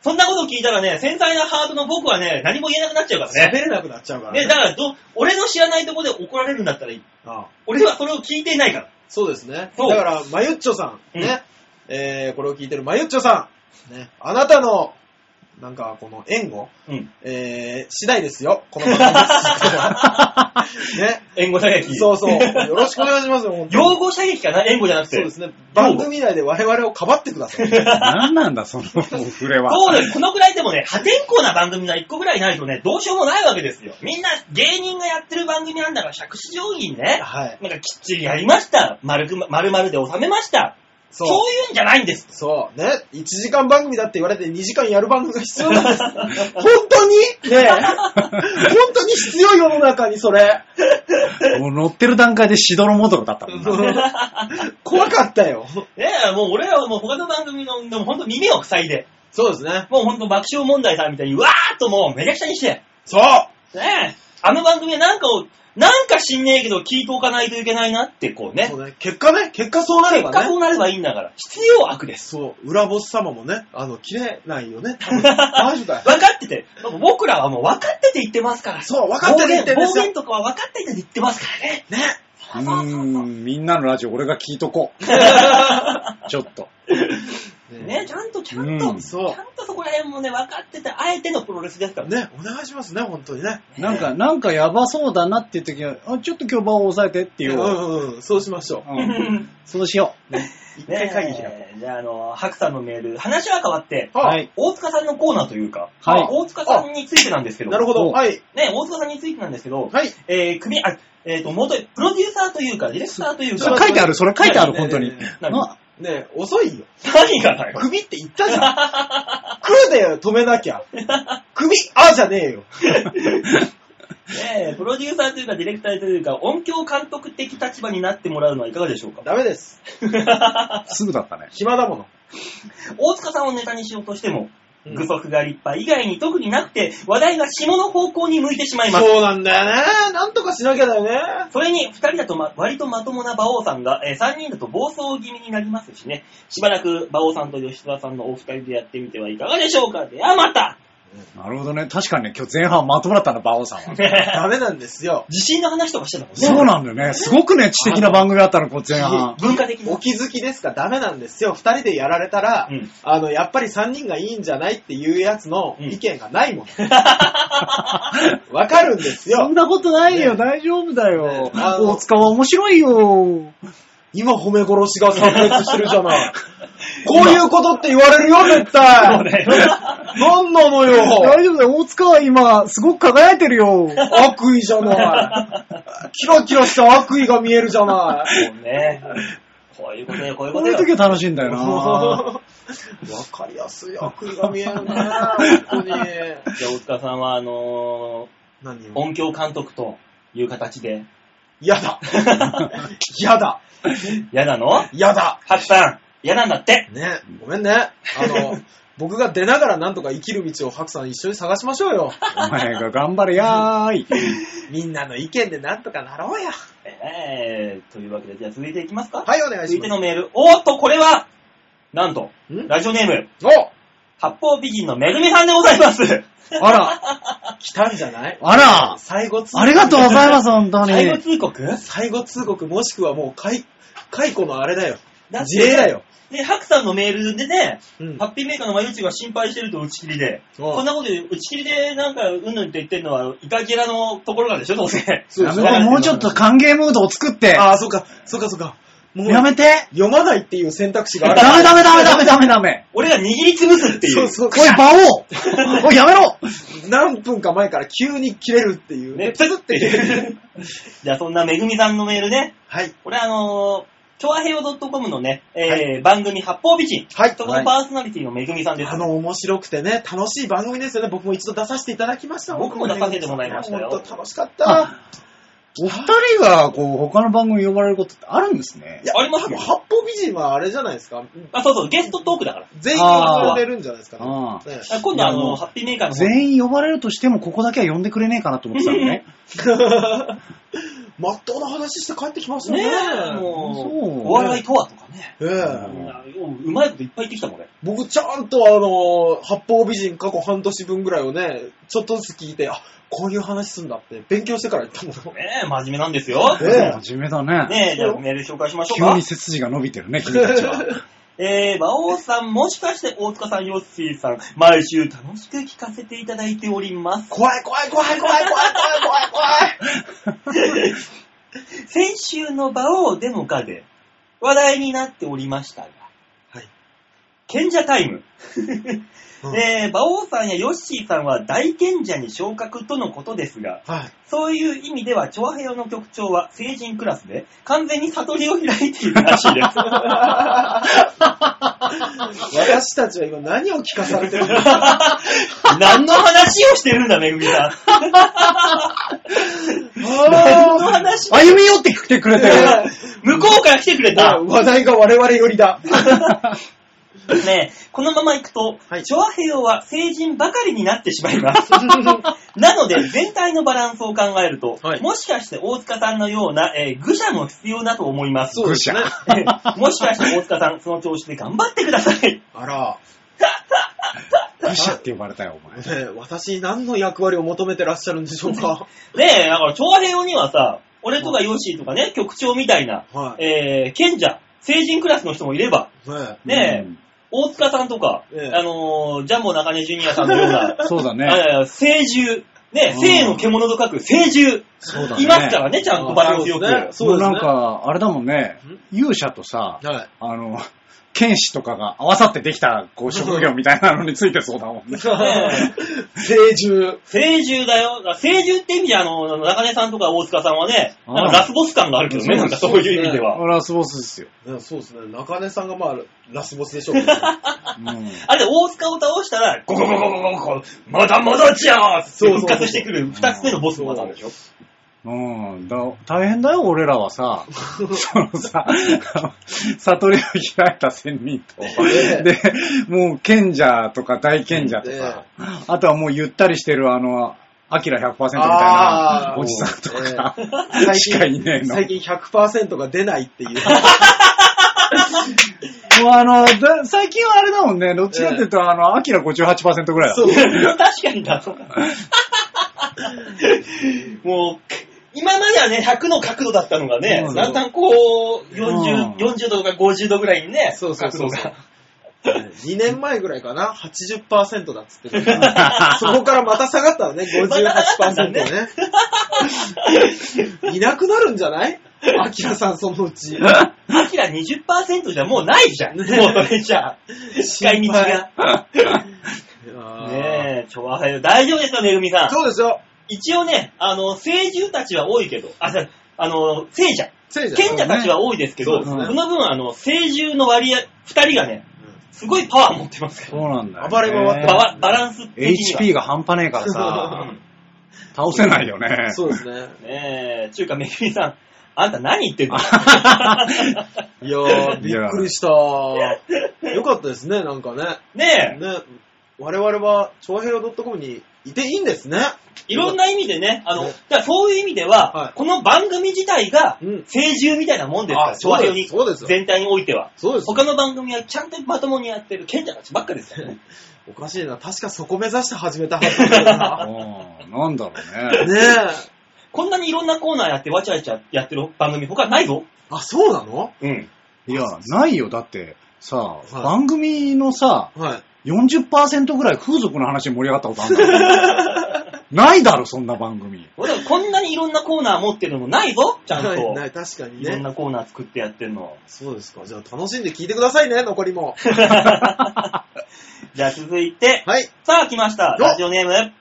B: そんなこと聞いたらね、繊細なハートの僕はね、何も言えなくなっちゃうから
D: 喋
B: ね。
D: れなくなっちゃうから
B: ね、
D: ね。
B: だからど、俺の知らないとこで怒られるんだったらいい。
D: あ
B: 俺はそれを聞いていないから。
D: そうですね。
B: そう
D: だから、マユッチョさん、
B: うん
D: ね、えー、これを聞いてるマユッチョさん、ね、あなたの、なんか、この援護、
B: うん。
D: えー、次第ですよ、この番 組です。ね、
B: 援護射撃。
D: そうそう、よろしくお願いしますよ、本当に
B: 擁護射撃かな援護じゃなくて。
D: そうですね、番組内で我々をかばってください。
G: 何なんだ、その、もう触れは。
B: そうです。このぐらいでもね、破天荒な番組が1個ぐらいないとね、どうしようもないわけですよ。みんな芸人がやってる番組なんだから、尺子定規にね、
D: はい。
B: なんかきっちりやりました。丸く、丸々で収めました。そう
D: そう。
B: いうんじゃないんです。
D: そう、ね、1時間番組だって言われて2時間やる番組が必要なんです。 本当にねえ本当に必要世の中にそれ。
G: もう乗ってる段階でしどろもどろだったもんな。
D: 怖かったよ。
B: ねえ、もう俺らはもう他の番組の、でも本当耳を塞いで、
D: そうですね。
B: もう本当爆笑問題さんみたいに、わーっともうめちゃくちゃにして、
D: そう
B: ねえ、あの番組はなんかを、なんか知んねえけど聞いておかないといけないなってこうね
D: そ、うね。結果ね、結果そうなれ
B: 結
D: ば
B: 果そ
D: ね。
B: うなればいいんだから、必要悪です。
D: そう、裏ボス様もね、あの、切れないよね。多 分大丈夫だよ。
B: 分かってて、僕らはもう分かってて言ってますから。
D: そう、分かってて言ってんで
B: 方
D: すよ。
B: 言とかは分かってて言ってますからね。
D: ね。
G: うーん、みんなのラジオ俺が聞いとこ う。ちょっと。
B: ね、ちゃんと、ちゃんと、
G: うん
B: ちゃんとそこら辺もね、分かってて、あえてのプロレスですから。
D: ね、お願いしますね、本当にね。
G: なんか、なんかやばそうだなっていう時は、あ、ちょっと今日場を抑えてって
D: う
G: い
D: ん
G: う。
D: うんうん、そうしましょう。
G: うんそうしよ
D: 一
B: ね
D: 回会議開こ
B: じゃあ、あの、白さんのメール、話は変わって、
D: う。
G: う。はい。
B: 大塚さんのコーナーというか、
G: はい
B: 大塚さんについてなんですけど、
D: なるほど。
G: お
D: はい。
B: ね、大塚さんについてなんですけど、
D: はい。
B: えー、組、あ、えっ、と、元、プロデューサーというか、ディレクターという
G: そ
B: か
G: れ、書いてある、それ書いてある、
D: ね
G: 本当に
D: ね。ね
B: 何
G: な
D: ね遅いよ。
B: 何がだよ。
D: 首って言ったじゃん。来るで止めなきゃ。首、あじゃねえよ。
B: ねえ、プロデューサーというかディレクターというか音響監督的立場になってもらうのはいかがでしょうか
D: ダメです。
G: すぐだったね。
D: 暇だもの。
B: 大塚さんをネタにしようとしても、
D: うん
B: 具足が立派以外に特になくて話題が下の方向に向いてしまいます。
D: そうなんだよね。なんとかしなきゃだよね。
B: それに、二人だと、ま、割とまともな馬王さんが、えー三人だと暴走気味になりますしね。しばらく馬王さんと吉沢さんのお二人でやってみてはいかがでしょうかではまた
G: なるほどね。確かにね、今日前半まともだったな、バオさんは。
D: ダメなんですよ。
B: 地震の話とかしてたもんね。
G: そうなんだよね。すごくね、知的な番組だったの、こう前半。
B: 文化的な
D: お。気づきですかダメなんですよ。二人でやられたら、
B: うん
D: あの、やっぱり三人がいいんじゃないっていうやつの
B: うん
D: 意見がないもん。 わ、かるんで
G: そ
D: す
G: ん
D: よ。
G: なことないよ、
D: ね
G: 大丈夫だよ
D: ね。あの
G: 大塚は面白いよ。
D: 今褒め殺しが炸裂してるじゃない。こういうことって言われるよ、絶対。
B: そうだよ。
D: なんなの
C: 大
D: よ。
C: 丈夫だよ。大塚は今、すごく輝いて るよ。
D: 悪意じゃない。キラキラした悪意が見えるじゃな
B: もうね。こういうことよ、こういうこ
C: ことういう
B: よ。
C: 時は楽しいんだ
D: い。
C: よ な。
D: わかりやすい悪意が見えるね。本当に。
B: じゃあ、大塚さんは、あの
D: 何
B: ー音響監督という形で。
D: や だ。やだ。
B: やなのハ
D: やだ。
B: ッさん、嫌なんだって。
D: ね、ごめんね。あの、僕が出ながらなんとか生きる道を白さん一緒に探しましょうよ。
C: お前が頑張れやーい。
D: みんなの意見でなんとかなろうや。
B: えー、というわけで、じゃあ続いていきますか。
D: はい、お願い
B: 続
D: し
B: いて
D: ます。
B: のメール。おーっと、これは、なんと、
D: ん
B: ラジオネーム、
D: お
B: 八方美人のめぐみさんでございます。
C: あら、
D: 来たんじゃない
C: あら、
D: 最後通告。
C: ありがとうございます、本当に。
B: 最後通告
D: 最後通告もしくはもう解、解雇のあれだよ。
B: だって
D: 事例だよ。
B: で、ハクさんのメールでね、
D: うん
B: ハッピーメーカーの毎日が心配してると打ち切りで、
D: おう
B: こんなことで打ち切りでなんかうんぬんって言ってるのは、イカゲラのところなんでしょ、どうせ。
D: そう
C: や
D: そう
C: めて、もうちょっと歓迎ムードを作って。
D: ああ、そっか、そっかそっか。もう、
C: やめて。
D: 読まないっていう選択肢があ
C: ダ
D: る。
C: メダメダメダメダメダメ。
B: 俺が握りつぶすってい
D: そう
B: う。
D: そう。
C: おい、馬 王おい、やめろ
D: 何分か前から急に切れるっていう。
B: ね、プツっていう。じゃあそんなめぐみさんのメールね、
D: はい。
B: これあのー、調和平和 .com のね、えー番組八方美人。
D: はい
B: そこのパーソナリティのめぐみさんです。
D: あの、面白くてね、楽しい番組ですよね。僕も一度出させていただきました。
B: 僕も出させてもらいましたよ
D: 本当楽しかった。
C: お二人が、こう、他の番組呼ばれることってあるんですね
D: い。や、
B: ありますよ
D: 多分八方美人はあれじゃないですか。
B: あ、そうそう、ゲストトークだから。
D: 全員が呼れるんじゃないですかね。
C: あ
D: ね
B: あ今度はあ
C: いやも
B: の、
C: う
B: ハッピーメー カーの方
C: 全員呼ばれるとしても、ここだけは呼んでくれねえかなと思ってたのね。
D: まっとうな話して帰ってきました
B: ね
D: ね。
B: え、も
C: そう
B: う、お笑いとはとかね。
D: ええ
C: うん
B: うまいこといっぱい言ってきたもんね。
D: 僕、ちゃんとあの、八方美人過去半年分ぐらいをね、ちょっとずつ聞いて、あ、こういう話すんだって勉強してから言ったも ん。
B: ねえ、真面目なんですよ。
D: ええ
C: 真面目だね。
B: ねえ、じゃあメール紹介しましょう
C: 急
B: か
C: に。背筋が伸びてるね、君たち は。
B: えー、馬王さん、もしかして大塚さん、ヨッシーさん、毎週楽しく聞かせていただいております。
D: 怖い怖い怖い怖い怖い怖い怖い怖い。
B: 先週の馬王デモかで話題になっておりましたが、
D: はい。
B: 賢者タイム。
D: うん
B: えー、馬王さんやヨッシーさんは大賢者に昇格とのことですが、
D: はい。
B: そういう意味では、チョアヘヨの局長は成人クラスで、完全に悟りを開いているらしい です。
D: 私たちは今何を聞かされてるんですか
B: 何の話をしてるんだ、めぐみ さん。何の話
C: 歩み寄ってきてくれてる。
B: 向こうから来てくれた。
D: 話題が我々よりだ。
B: ねえこのまま行くと、
D: はい
B: チョアヘヨは成人ばかりになってしまい ます。なので、全体のバランスを考えると、
D: はい
B: もしかして大塚さんのような、えー愚者も必要だと思います。
D: そうですね。
B: もしかして大塚さん、その調子で頑張ってください。
D: あら、
C: 愚者って呼ばれたよ、お前。
D: ねえ私何の役割を求めてらっしゃるんでしょうか。
B: ねえ、だから、長編用にはさ、俺とかヨッシーとかね、局長みたいな、
D: は
B: えー、賢者、成人クラスの人もいれば、
D: ね
B: ねえ、
C: うん
B: 大塚さんとか、
D: ええ
B: あのージャンボ中根ジュニアさんのような、
C: そうだね。
B: えー聖獣、ね
C: う
B: え、
C: ん
B: 聖の獣と書く聖獣、
C: そうだね。
B: いますからね、ちゃんとバランスよく。
D: あ
C: も
D: そう
C: う
D: ですね
C: なんか、あれだもんね、勇者とさ、
D: えはい。
C: あの、剣士とかが合わさってできた、こう、職業みたいなのについてそうだもんね。
D: 成獣。
B: 聖獣だよ。聖獣って意味で、あの、中根さんとか大塚さんはね、
C: ああ
B: なんかラスボス感があるけどね、なんかそういう意味では。
C: ラスボスですよ。
D: ねそうですね。中根さんがまあ、ラスボスでしょうけどね。
C: うん
B: あれ、大塚を倒したら、ゴゴゴゴゴゴゴゴ、まだまだじゃーって復活してくる二つ目のボスの技あるでしょ
C: うん、だ大変だよ、俺らは さ、そのさ、悟りを開いた仙人と、
D: ええ
C: で、もう賢者とか大賢者とか、あとはもうゆったりしてるあの、アキラ100%みたいな
D: あー
C: おじさんとか、
D: ええ
C: しかいねえの。
D: 最近100%が出ないっていう。
C: もうあの、だ最近はあれだもんね、どっちかっていうと、あの、アキラ58%ぐらいだ
D: そう
C: も
B: 確
C: ん。
B: かにだ。もう、今まではね、100の角度だったのがね
C: う、ん
B: だんだんこう、40、
C: うん
B: 40度とか50度ぐらいにね、
D: そうそうそうそう
B: 角度が
D: 2年前ぐらいかな、80%だっつって たからそこからまた下がったのね、58%ね。いなくなるんじゃないアキラさんそのうち。
B: アキラ20%じゃもうないじゃん。もうそれじゃあ。使い道が。ねえ、ちょ、あ大丈夫ですか、めぐみさん。
D: そうですよ。
B: 一応ね、あの、聖獣たちは多いけど、あ、じゃあの、聖者、
D: せいじゃん。
B: 賢者たちは多いですけど、
C: そうで
B: そ
C: すね
B: の分、あの、聖獣の割合、二人がね、すごいパワー持ってますか
G: そうなんだよね、
D: 暴れ回って
B: ら、バラバランス的には。
G: HP が半端ねえ から
B: う
G: さ、
B: ん
G: 倒せないよね。
D: そうですね。
B: ねえ、ちゅうか、めぐみさん、あんた何言ってん の
D: いやー、びっくりした。よかったですね、なんかね。
B: ねえ、
D: ね、我々は、超平洋 .com にいていいんですね。
B: いろんな意味でね、あの、
D: ね
B: だからそういう意味では、
D: はい
B: この番組自体が
D: う、ん
B: 聖獣みたいなもんですから、
D: あそうです
B: に
D: そうですよ
B: 全体においては。
D: そうです。
B: 他の番組はちゃんとまともにやってる賢者たちばっかりですよね。
D: おかしいな。確かそこ目指して始めたはずだよ な。
G: うんなんだろ うね。
D: ねえ。
B: こんなにいろんなコーナーやってわちゃわちゃやってる番組他ないぞ。
D: あ、そうなの
B: うん。
G: いや、ないよ。だって、さ、
D: い
G: 番組のさ、
D: はい。
G: 40%ぐらい風俗の話に盛り上がったことあるんだよ ないだろ、そんな番組。
B: 俺はこんなにいろんなコーナー持ってるのないぞ、ちゃんと。
D: ない
B: い
D: ない、確かに
B: ろん
D: ね。
B: なコーナー作ってやってるの。
D: そうですか。じゃあ楽しんで聞いてくださいね、残りも。
B: じゃあ続いて、
D: はい。
B: さあ来ました。
D: お
B: ラジオネーム。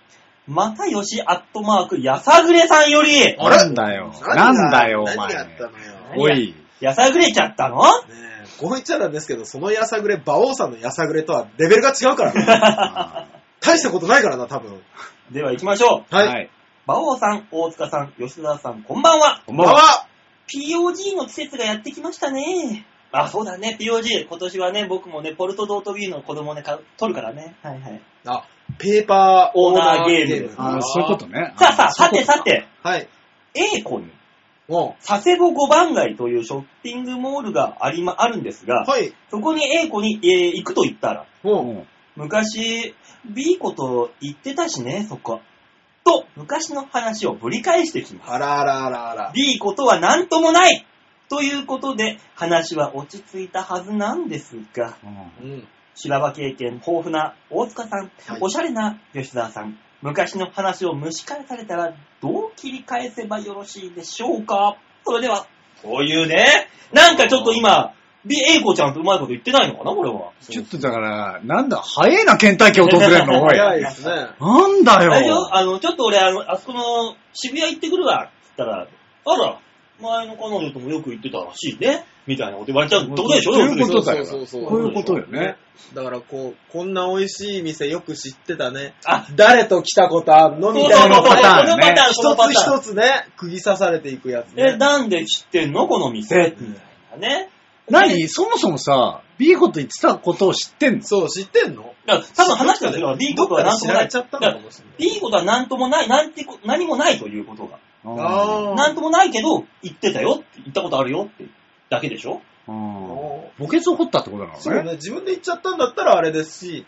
B: またよしアットマーク、やさぐれさんより、
D: あれ
G: なんだよ。なんだよ、お前。
D: 何やったのよ。
B: 何
G: お い。
B: やさぐれちゃったの
D: ねえ、こう言っちゃなんですけど、そのやさぐれ、馬王さんのやさぐれとはレベルが違うから ね、
G: あ
D: 大したことないからな、多分。
B: では行きましょう。
G: ー
D: い。
G: い。
B: 馬王さん、大塚さん、吉田さん、こんばんは。
G: こん
D: 馬
G: ばんは。
D: は
B: POG の季節がやってきましたね。あ、そうだね、POG。今年はね、僕もね、ポルトドートビーの子供をね、買う取るからね。はいはい。
D: あ、ペーパーオー
B: オーナ
D: ナーゲーム。
B: ーゲーム
G: あーそういうこと ね。
B: さあさあ、
D: そう
B: さ
D: いう
B: て
D: こと
B: さて、
D: はい。
B: A 子に、
D: も
B: 佐世保五番街というショッピングモールがありま、あるんです
D: う
B: が、
D: はい。
B: そこに A 子に、えー行くと言ったら、
G: あ
D: もう
G: うん
B: 昔、B 子と言ってたしね、そこ。と、昔の話をぶり返してきます。
D: あらあらあらあら。
B: B 子とは何ともないということで、話は落ち着いたはずなんですが、
G: うん
D: うん。
B: 修羅場経験豊富な大塚さん、
D: はい
B: おしゃれな吉沢さん、昔の話を蒸し返されたら、どう切り返せばよろしいでしょうかそれでは、そういうね、なんかちょっと今、B、A 子ちゃんとうまいこと言ってないのかな、これは。
G: ちょっとだから、なんだ、早えな、倦怠期訪れるの、おい。
D: 早いですね。
G: なんだ
B: あれ
G: よ。
B: よ、あの、ちょっと俺、あの、あそこの渋谷行ってくるわ、つったら、あら、前の彼女ともよく行ってたらしいね、みたいなこと言われちゃうってことでしょ、
G: と
B: 要
G: い
B: す
G: うこ
B: るに
G: とだよ。
D: そうそうそうそう
G: こういうことよね。
D: だからこう、こんな美味しい店よく知ってたね。
B: あ、
D: 誰と来たことあんの
B: そうそ
D: み
B: う
D: た
B: そ、
D: いうな。
B: この
G: パターンね
B: パターン、このパ
D: 一つ
B: ターン
D: 一。つね、釘刺されていくやつ
B: え、
D: ね。
B: なんで知ってんのこの店っていうのね。
G: 何そもそもさ、B 子と言ってたことを知ってんの
D: そう、知ってんの
B: だから多分話したんですよ。B
D: ど
B: こ
D: っ
B: と
D: か
B: は
D: で
B: 何とも
D: 知ら
B: な
D: れ
B: い。
D: ちゃっ
B: だ
D: た
B: か
D: のからもしれない。
B: B ことは何ともない、なんてこ、何もないということが。
G: あ
D: あ
B: 何ともないけど、言ってたよって、言ったことあるよって、だけでしょ
G: あ。墓
D: あ。おー
G: 穴を掘ったってことなのね。
D: そうね、自分で行っちゃったんだったらあれですし、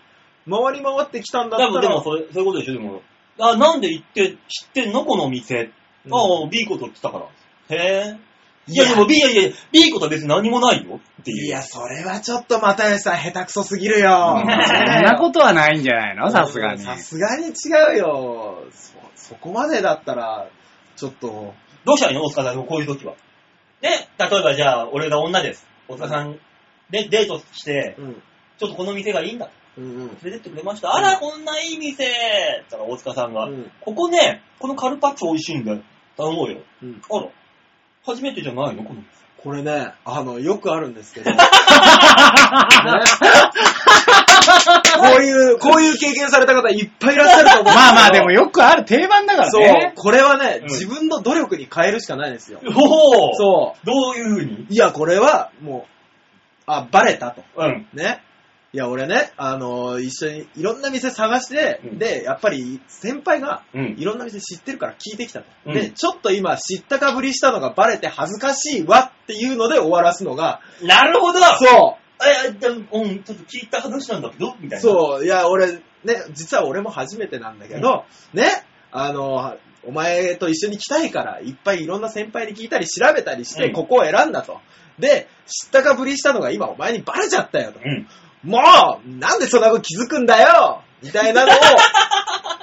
D: 回り回ってきたんだ
B: 多分
D: った
B: で
D: ら。
B: もそれ、そういうことでしょでも、あ、なんで言って、知ってんのこの店。
D: うん
B: ああ、B こと言ってたから。へえ。い
D: い
B: や
D: や
B: でも B、いやいやいや、B ことは別に何もないよっていう。
D: いや、それはちょっと又吉さん下手く そすぎるよ。
G: そんなことはないんじゃないのさすがに。
D: さすがに違うよ。そ、そこまでだったら、ちょっと、
B: どうしたらいいの大塚さん、こういう時は。で、例えばじゃあ、俺が女です。大塚さん、で、デートして、
D: うん。
B: ちょっとこの店がいいんだ。
D: うんうん。
B: 連れてってくれました。あら、こんないい店って言ったら大塚さんが、
D: うん
B: ここね、このカルパッチョ美味しいんだよ。頼もうよ。
D: うん
B: あら、初めてじゃないのこの店。
D: これね、あの、よくあるんです けど。ねこういう、こういう経験された方いっぱいいらっしゃると思うんですけど
G: まあまあ、でもよくある定番だから
D: そう
G: ね。、
D: これはね、
B: うん
D: 自分の努力に変えるしかないですよ。
B: おおう。
D: そ
B: どういう風に
D: う。いや、これは、もう、あ、バレたと。
B: うん。
D: ね。いや、俺ね、あの一緒にいろんな店探して、
B: うん
D: で、やっぱり先輩が
B: うん。
D: いろんな店知ってるから聞いてきたと。
B: うん
D: で、ちょっと今知ったかぶりしたのがバレて恥ずかしいわっていうので終わらすのが、
B: なるほど
D: そ、
B: え、でもうん、ちょっと聞いた話なんだけど、みたいうな。
D: そう、いや、俺、ね、実は俺も初めてなんだけど、ね、あのお前と一緒に来たいから、いっぱいいろんな先輩に聞いたり調べたりして、
B: うん
D: ここを選んだと。で、知ったかぶりしたのが今お前にバレちゃったよと。
B: うん。
D: もうなんでそんなこと気づくんだよみたいなのを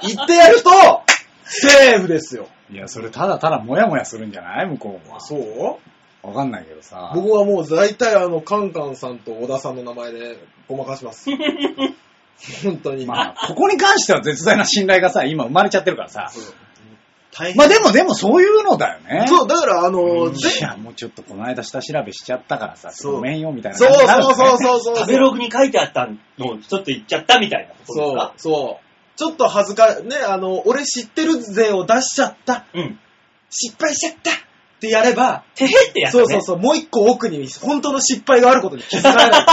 D: 言ってやると、セーフですよ。
G: いや、それただただもやもやするんじゃない向こうも。
D: そう
C: わかんないけどさ。
D: 僕はもう大体あの、カンカンさんと小田さんの名前でごまか します。本当に。
C: まあ、ここに関しては絶大な信頼がさ、今生まれちゃってるからさ。
D: そう大変。
C: まあでも、でもそういうのだよね。
D: そう、だからあの、ぜ
C: いや、もうちょっとこの間下調べしちゃったからさ、
D: そう
C: ごめんよみたいな
D: そう
C: 感じになるよ
D: そ
C: ね。
D: うそうそうそう。
B: 食べログに書いてあったのをちょっと言っちゃったみたいなことです
D: そう
B: か、
D: そう。ちょっと恥ずか、ね、あの、俺知ってる税を出しちゃった。
B: うん。
D: 失敗しちゃったってやれば、
B: てへってやつ、ね。
D: そうそうそう、もう一個奥に本当の失敗があることに気づか れない。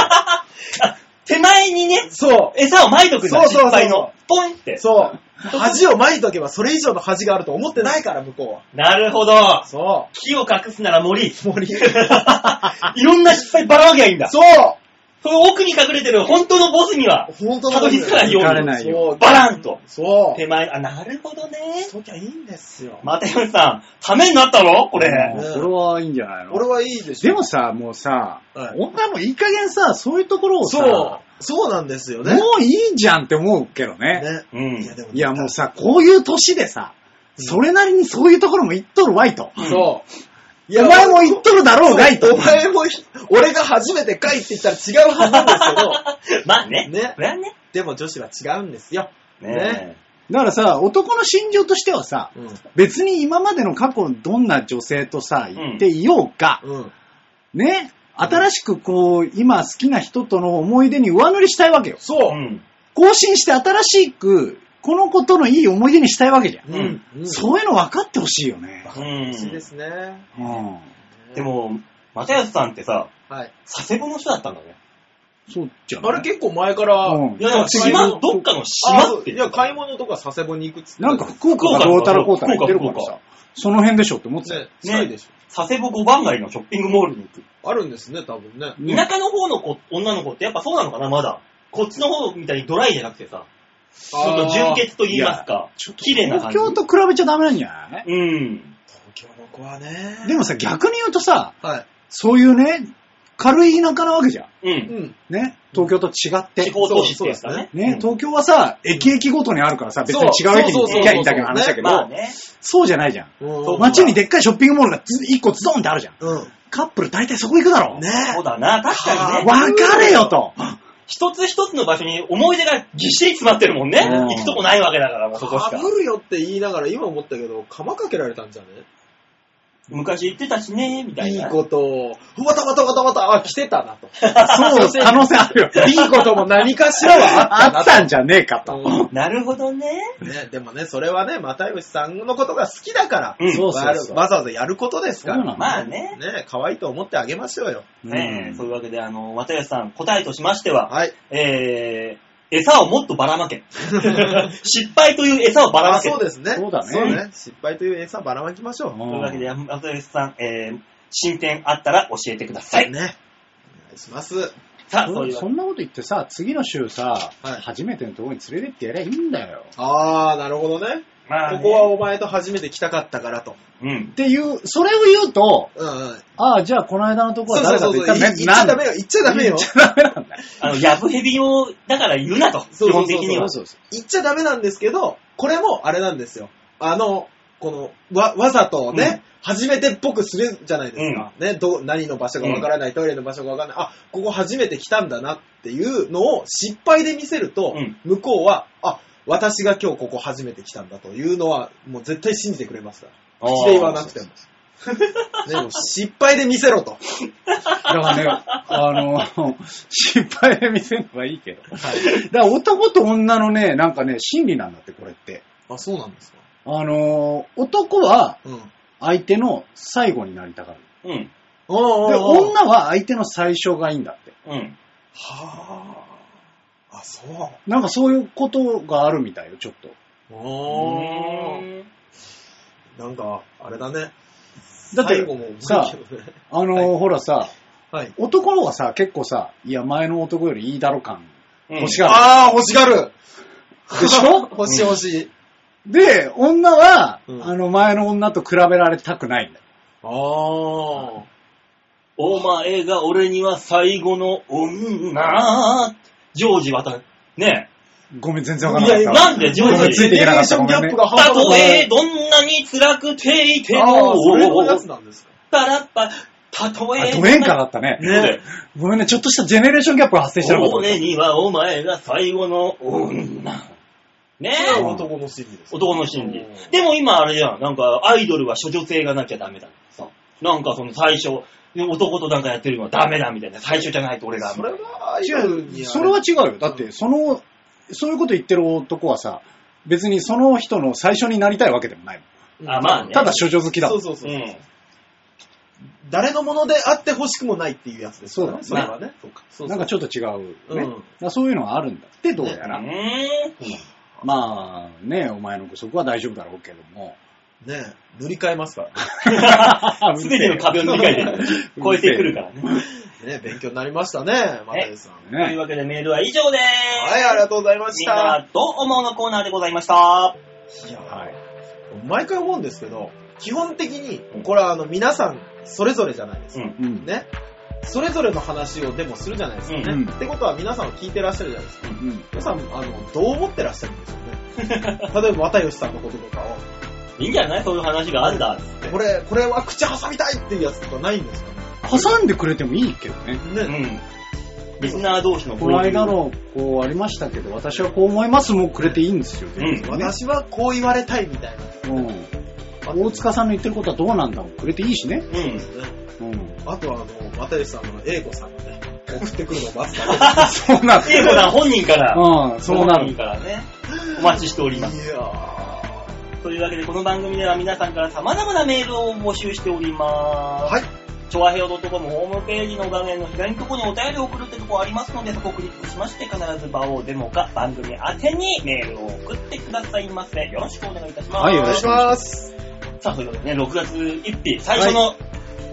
B: あ手前にね、
D: そう。
B: 餌をまいとくんだ、
D: そうそうそう
B: 失敗の。ポンって。
D: そう。 恥をまいとけばそれ以上の恥があると思ってないから、向こうは。
B: なるほど。
D: そ
B: 木を隠すなら森。
D: う。森。
B: いろんな失敗ばらまきゃいいんだ。そ
D: そう
B: の奥に隠れてる本当のボスには、
D: 本当
B: たどり着かないよ
C: 行かれ
B: うに。
C: ないよ。
D: そう。
B: バランと。
D: そう。
B: 手前、あ、なるほどね。
D: そきゃいいんですよ。
B: 又吉さん、ためになったろこれ。
C: うんこれはいいんじゃないの
D: 俺はいいでし
C: で
D: ょ。
C: もさ、もうさ、
D: はい
C: 女もいい加減さ、そういうところをさ、
D: そう。そうなんですよね。
C: もういいじゃんって思うけどね。
D: ね。
B: うん
D: いや、でも、
C: いや、もうさ、こういう年でさ、それなりにそういうところも言っとるわいと。
D: そう。い
C: お前も言っとるだろうがいと。
D: お前も、俺が初めてかいって言ったら違うはずなん です
B: まあね。
D: ね
B: それはね。
D: けど、でも女子は違うんですよ。ね
B: ね
C: だからさ、男の心情としてはさ、
D: うん。
C: 別に今までの過去どんな女性とさ、言っていようか、
D: うん。
C: ね、新しくこう、今好きな人との思い出に上塗りしたいわけよ。
D: そうう。
B: ん。
C: 更新して新しく、この子とのいい思い出にしたいわけじゃん。
D: うん。うん
C: そういうの分かってほしいよね。
B: うん
D: 欲しいですね。
C: うん。
B: でも、又吉さんってさ、
D: はい。
B: 佐世保の人だったんだね。
C: そうじゃない
D: あれ結構前から、
C: うん
B: いや、でも島、どっかの
D: あ
B: 島
D: そ
B: っ
D: う
B: て。
D: いや、買い物とか佐世保に行くっつって。
C: なんか福岡がどうたらこうたら言ってるから
B: 福岡
C: さ、その辺でしょって思ってたよ
D: ね、近いでし
B: 佐世保五番街のショッピングモールに行く。
D: ょ。あるんですね、多分ね。
C: ね
B: 田舎の方の子、女の子ってやっぱそうなのかな、まだ。こっちの方みたいにドライじゃなくてさ、ちょっと純潔と言いますか、綺麗な感
C: 東
B: じ。
C: 京と比べちゃダメなんじゃない
B: うん。
D: 東京の子はね。
C: でもさ、逆に言うとさ、
D: はい。
C: そういうね、軽い田舎なわけじゃん。
B: う。
D: うんん。
C: ね、東京と違って。
B: 地方都市ってやつだね。
C: ね、
B: うん
C: 東京はさ、駅駅ごとにあるからさ、別に違
D: そう
C: う駅に行きゃいいだけの話だけ
B: まあ
C: ど、
B: ね。
C: そうじゃないじゃん。
B: そう
D: う
C: 街にでっかいショッピングモールがず一個ズドンってあるじゃん。
D: ん。
C: カップル大体そこ行くだろ。
D: ね
B: そうだな、確かにね。
C: わかれよと。
B: 一つ一つの場所に思い出がぎっしり詰まってるもんね。
C: うん
B: 行くとこないわけだから、もうそこし
D: か
B: か。
D: ぶるよって言いながら今思ったけど、釜かけられたんじゃね
B: 昔行ってたしね、みたい
D: いい
B: な。
D: ことを、またまたまたまた、あ、来てたな と。
C: そう、可能性あるよ。
D: いいことも何かしらはあ
C: あ
D: ったな
C: ったんじゃねえかと。
D: と。
B: なるほどね。
D: ね、でもね、それはね、又吉さんのことが好きだから、
B: うん
C: そうそうそう
D: わざわざやることですから。
C: そうなの
B: まあね。
D: ね、可愛いと思ってあげましょうよ。
B: ね
C: う
B: え、
C: ん
B: そういうわけで、あの、又吉さん、答えとしましては、
D: はい。
B: えー、餌をもっとばらま け。失敗という餌をばらま
D: あ
B: け。
D: そう
B: とい
D: ですね。
C: そうだね
D: 失敗という餌ばらまきましょう。
B: うわけで、又吉さん、えー、進展あったら教えてください。
D: ね。お願いします。
B: さあ、
C: そ
B: そういうわ
C: そ
B: け
C: んなこと言ってさ、次の週さ、
D: はい
C: 初めてのところに連れてってやりゃいいんだよ。
D: あー、なるほどね。
B: まあね
D: ここはお前と初めて来たかったからと。
B: うん
C: っ。ていう、それを言うと、
D: うんうん。
C: ああ、じゃあこの間のところは誰だと言った
D: 言っ
C: ら
D: ちゃダメ
C: よ。
D: よ、言っちゃダメよ。
C: ダメなんだよ。
B: あの、ヤブヘビを、だから言うなと、
D: そ
B: 基
D: うそうそうそう
B: 本的には。
C: そうそう
D: 言っちゃダメなんですけど、これもあれなんですよ。あの、この、わ、わざとね、初めてっぽくするじゃないですか。ね、ど、何の場所がわからない、トイレの場所がわからない、あ、ここ初めて来たんだなっていうのを失敗で見せると、
B: うん
D: 向こうは、あ、私が今日ここ初めて来たんだというのは、もう絶対信じてくれますから。口で言わ なくても。でも失敗で見せろと。
C: だからね、あの、 失敗で見せるのはいいけど。だから男と女のね、なんかね、心理なんだって、これって。
D: あ、そうなんですか。
C: あの、男は
D: うん。で、
C: 相手の最後になりたがる。
B: うん。
C: で、
D: 女
C: 女は相手の最初がいいんだって。
B: うん。
D: はあ。あ、そう。
C: なんかそういうことがあるみたいよ、ちょっと。
D: おー。なんか、あれだね。
C: だって
D: 最後も重い
C: さ
D: けどね。
C: あの、ほらさ、
D: はい。
C: 男の方がさ、結構さ、いや、前の男よりいいだろ感
B: うん
C: 欲しがる。
D: ああ、欲しがる
C: でしょ
D: 欲しい欲しい。
C: で、女は、
D: うん
C: あの、前の女と比べられたくないんだよ。
D: ああ。
B: お前が俺には最後の女ジョージ渡る。ね
C: ごめん、全然わからなか
B: え。
C: った。
B: なんでジョ
C: ごめ
B: ー
C: んつ
B: ジ
C: いていけなかったご
D: ジ
C: め
D: ェ
C: ん
D: ネレーションギャ
B: た
C: ね
D: ップが半端
B: と
D: ない。
B: えどんなに辛くていて
D: ああ、それの
B: も
D: やつなんですか。
B: パラッパ、たと
G: あ
B: え。
G: ド演歌だったね。
B: ね
G: ごめんね、ちょっとしたジェネレーションギャップが発生してなかった。
B: 俺にはお前が最後の女。ね
D: それ
B: え
D: は。男の心理です。
B: 男の心理。でも今あれじゃん、なんかアイドルは処女性がなきゃダメだ。さなんかその最初、男となんかやってるのはダメだみたいな。最初じゃないと俺が。
D: それは、
C: 違う、それは違うよ。だって、その、そういうこと言ってる男はさ、別にその人の最初になりたいわけでもないもん。
B: あまあね
G: ただ処女好きだも。
D: そうんそうそうう。
B: ん。
D: 誰のものであってほしくもないっていうやつですからね。
C: そ
D: そうれ
C: だ
D: はね。そうか。そう
C: なんかちょっと違う、ね
D: うん
C: だからそういうのはあるんだって、どうや
B: う
C: ら。
B: ーん。
C: まあ、ね、お前のそこは大丈夫だろうけども。
D: ねえ塗り替えますから。ね
B: すべての壁を塗り替えて、超えてくるからね。
D: え勉強になりましたね、マタイさん。
B: という
C: ね。
B: わけでメールは以上でーす。
D: はい、ありがとうございまし
B: みんなは
D: た。
B: どう思うのコーナーでございました。
D: いや
C: はい。
D: 毎回思うんですけど、基本的に、これはあの、皆さん、それぞれじゃないですか。
B: ん。
C: うん。
D: ね。それぞれの話をでもするじゃないですかね。
B: うん
D: ってことは皆さんを聞いてらっしゃるじゃないですか。
C: うん。
D: 皆さん、あの、どう思ってらっしゃるんでしょう ね。例えば、綿吉さんのこととかを、
B: いいんじゃないそういう話があるんだ。
D: これ、これは口挟みたいっていうやつとかないんですかね。
C: 挟んでくれてもいいけどね。
B: う
D: ね。
B: ん。リスナー同士の
C: この間
B: の。
C: の、こうありましたけど、私はこう思いますもくれていいんですよ。
B: うん。
D: 私はこう言われたいみたいな。
C: うん。大塚さんの言ってることはどうなんだもくれていいしね。
B: うん。
C: うん。
D: あとは、あの、又吉さんの英子さんがね、送ってくるのを待つだけ。
C: そうな
B: 英子さん本人から。
C: うん、そうな
B: 本人
C: る。
B: からね。お待ちしております。
D: いやー。
B: というわけで、この番組では皆さんから様々なメールを募集しております。
D: はい。
B: チョアヘオ .com ホームページの画面の左のところにお便りを送るってとこありますので、そこをクリックしまして、必ず場をデモか番組宛てにメールを送ってくださいませ。よろしくお願いいたします。
C: はいよ
D: お
C: ろ
D: 願い
C: し
D: し
C: く
D: ます。
B: さあ、ということでね、6月1日、最初の、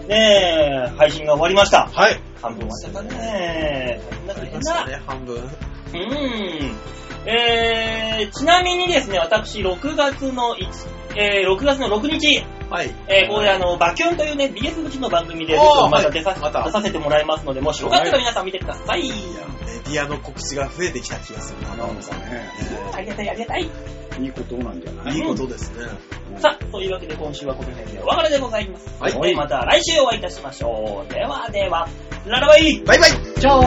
B: ねえ、配信が終わりました。
D: はい。
B: 半分終わっちゃったね。大変だ
D: あ
B: 大
D: り
B: 変
D: ました
B: だ。
D: ね、半分。
B: うーん。えー、ちなみにですね、私、6月の1、えー、6月の6日、
D: はい。
B: えー、ここであの、バキュンというね、BS 向きの番組で、僕また出さ,、
D: はいまた
B: 出させてもらいますので、もしよかったら皆さん見てください。
D: いや、メディアの告知が増えてきた気がするな、
C: な
D: なん
C: かね、
B: ありがたい、ありがたい。
C: いいことなんじゃない
D: いいことですね。
B: さあ、というわけで今週はこの辺でお別れでございます。
D: はい
B: えーまた来週お会いいたしましょう。ではでは、ララバイ
D: バイバイ
C: じゃあ。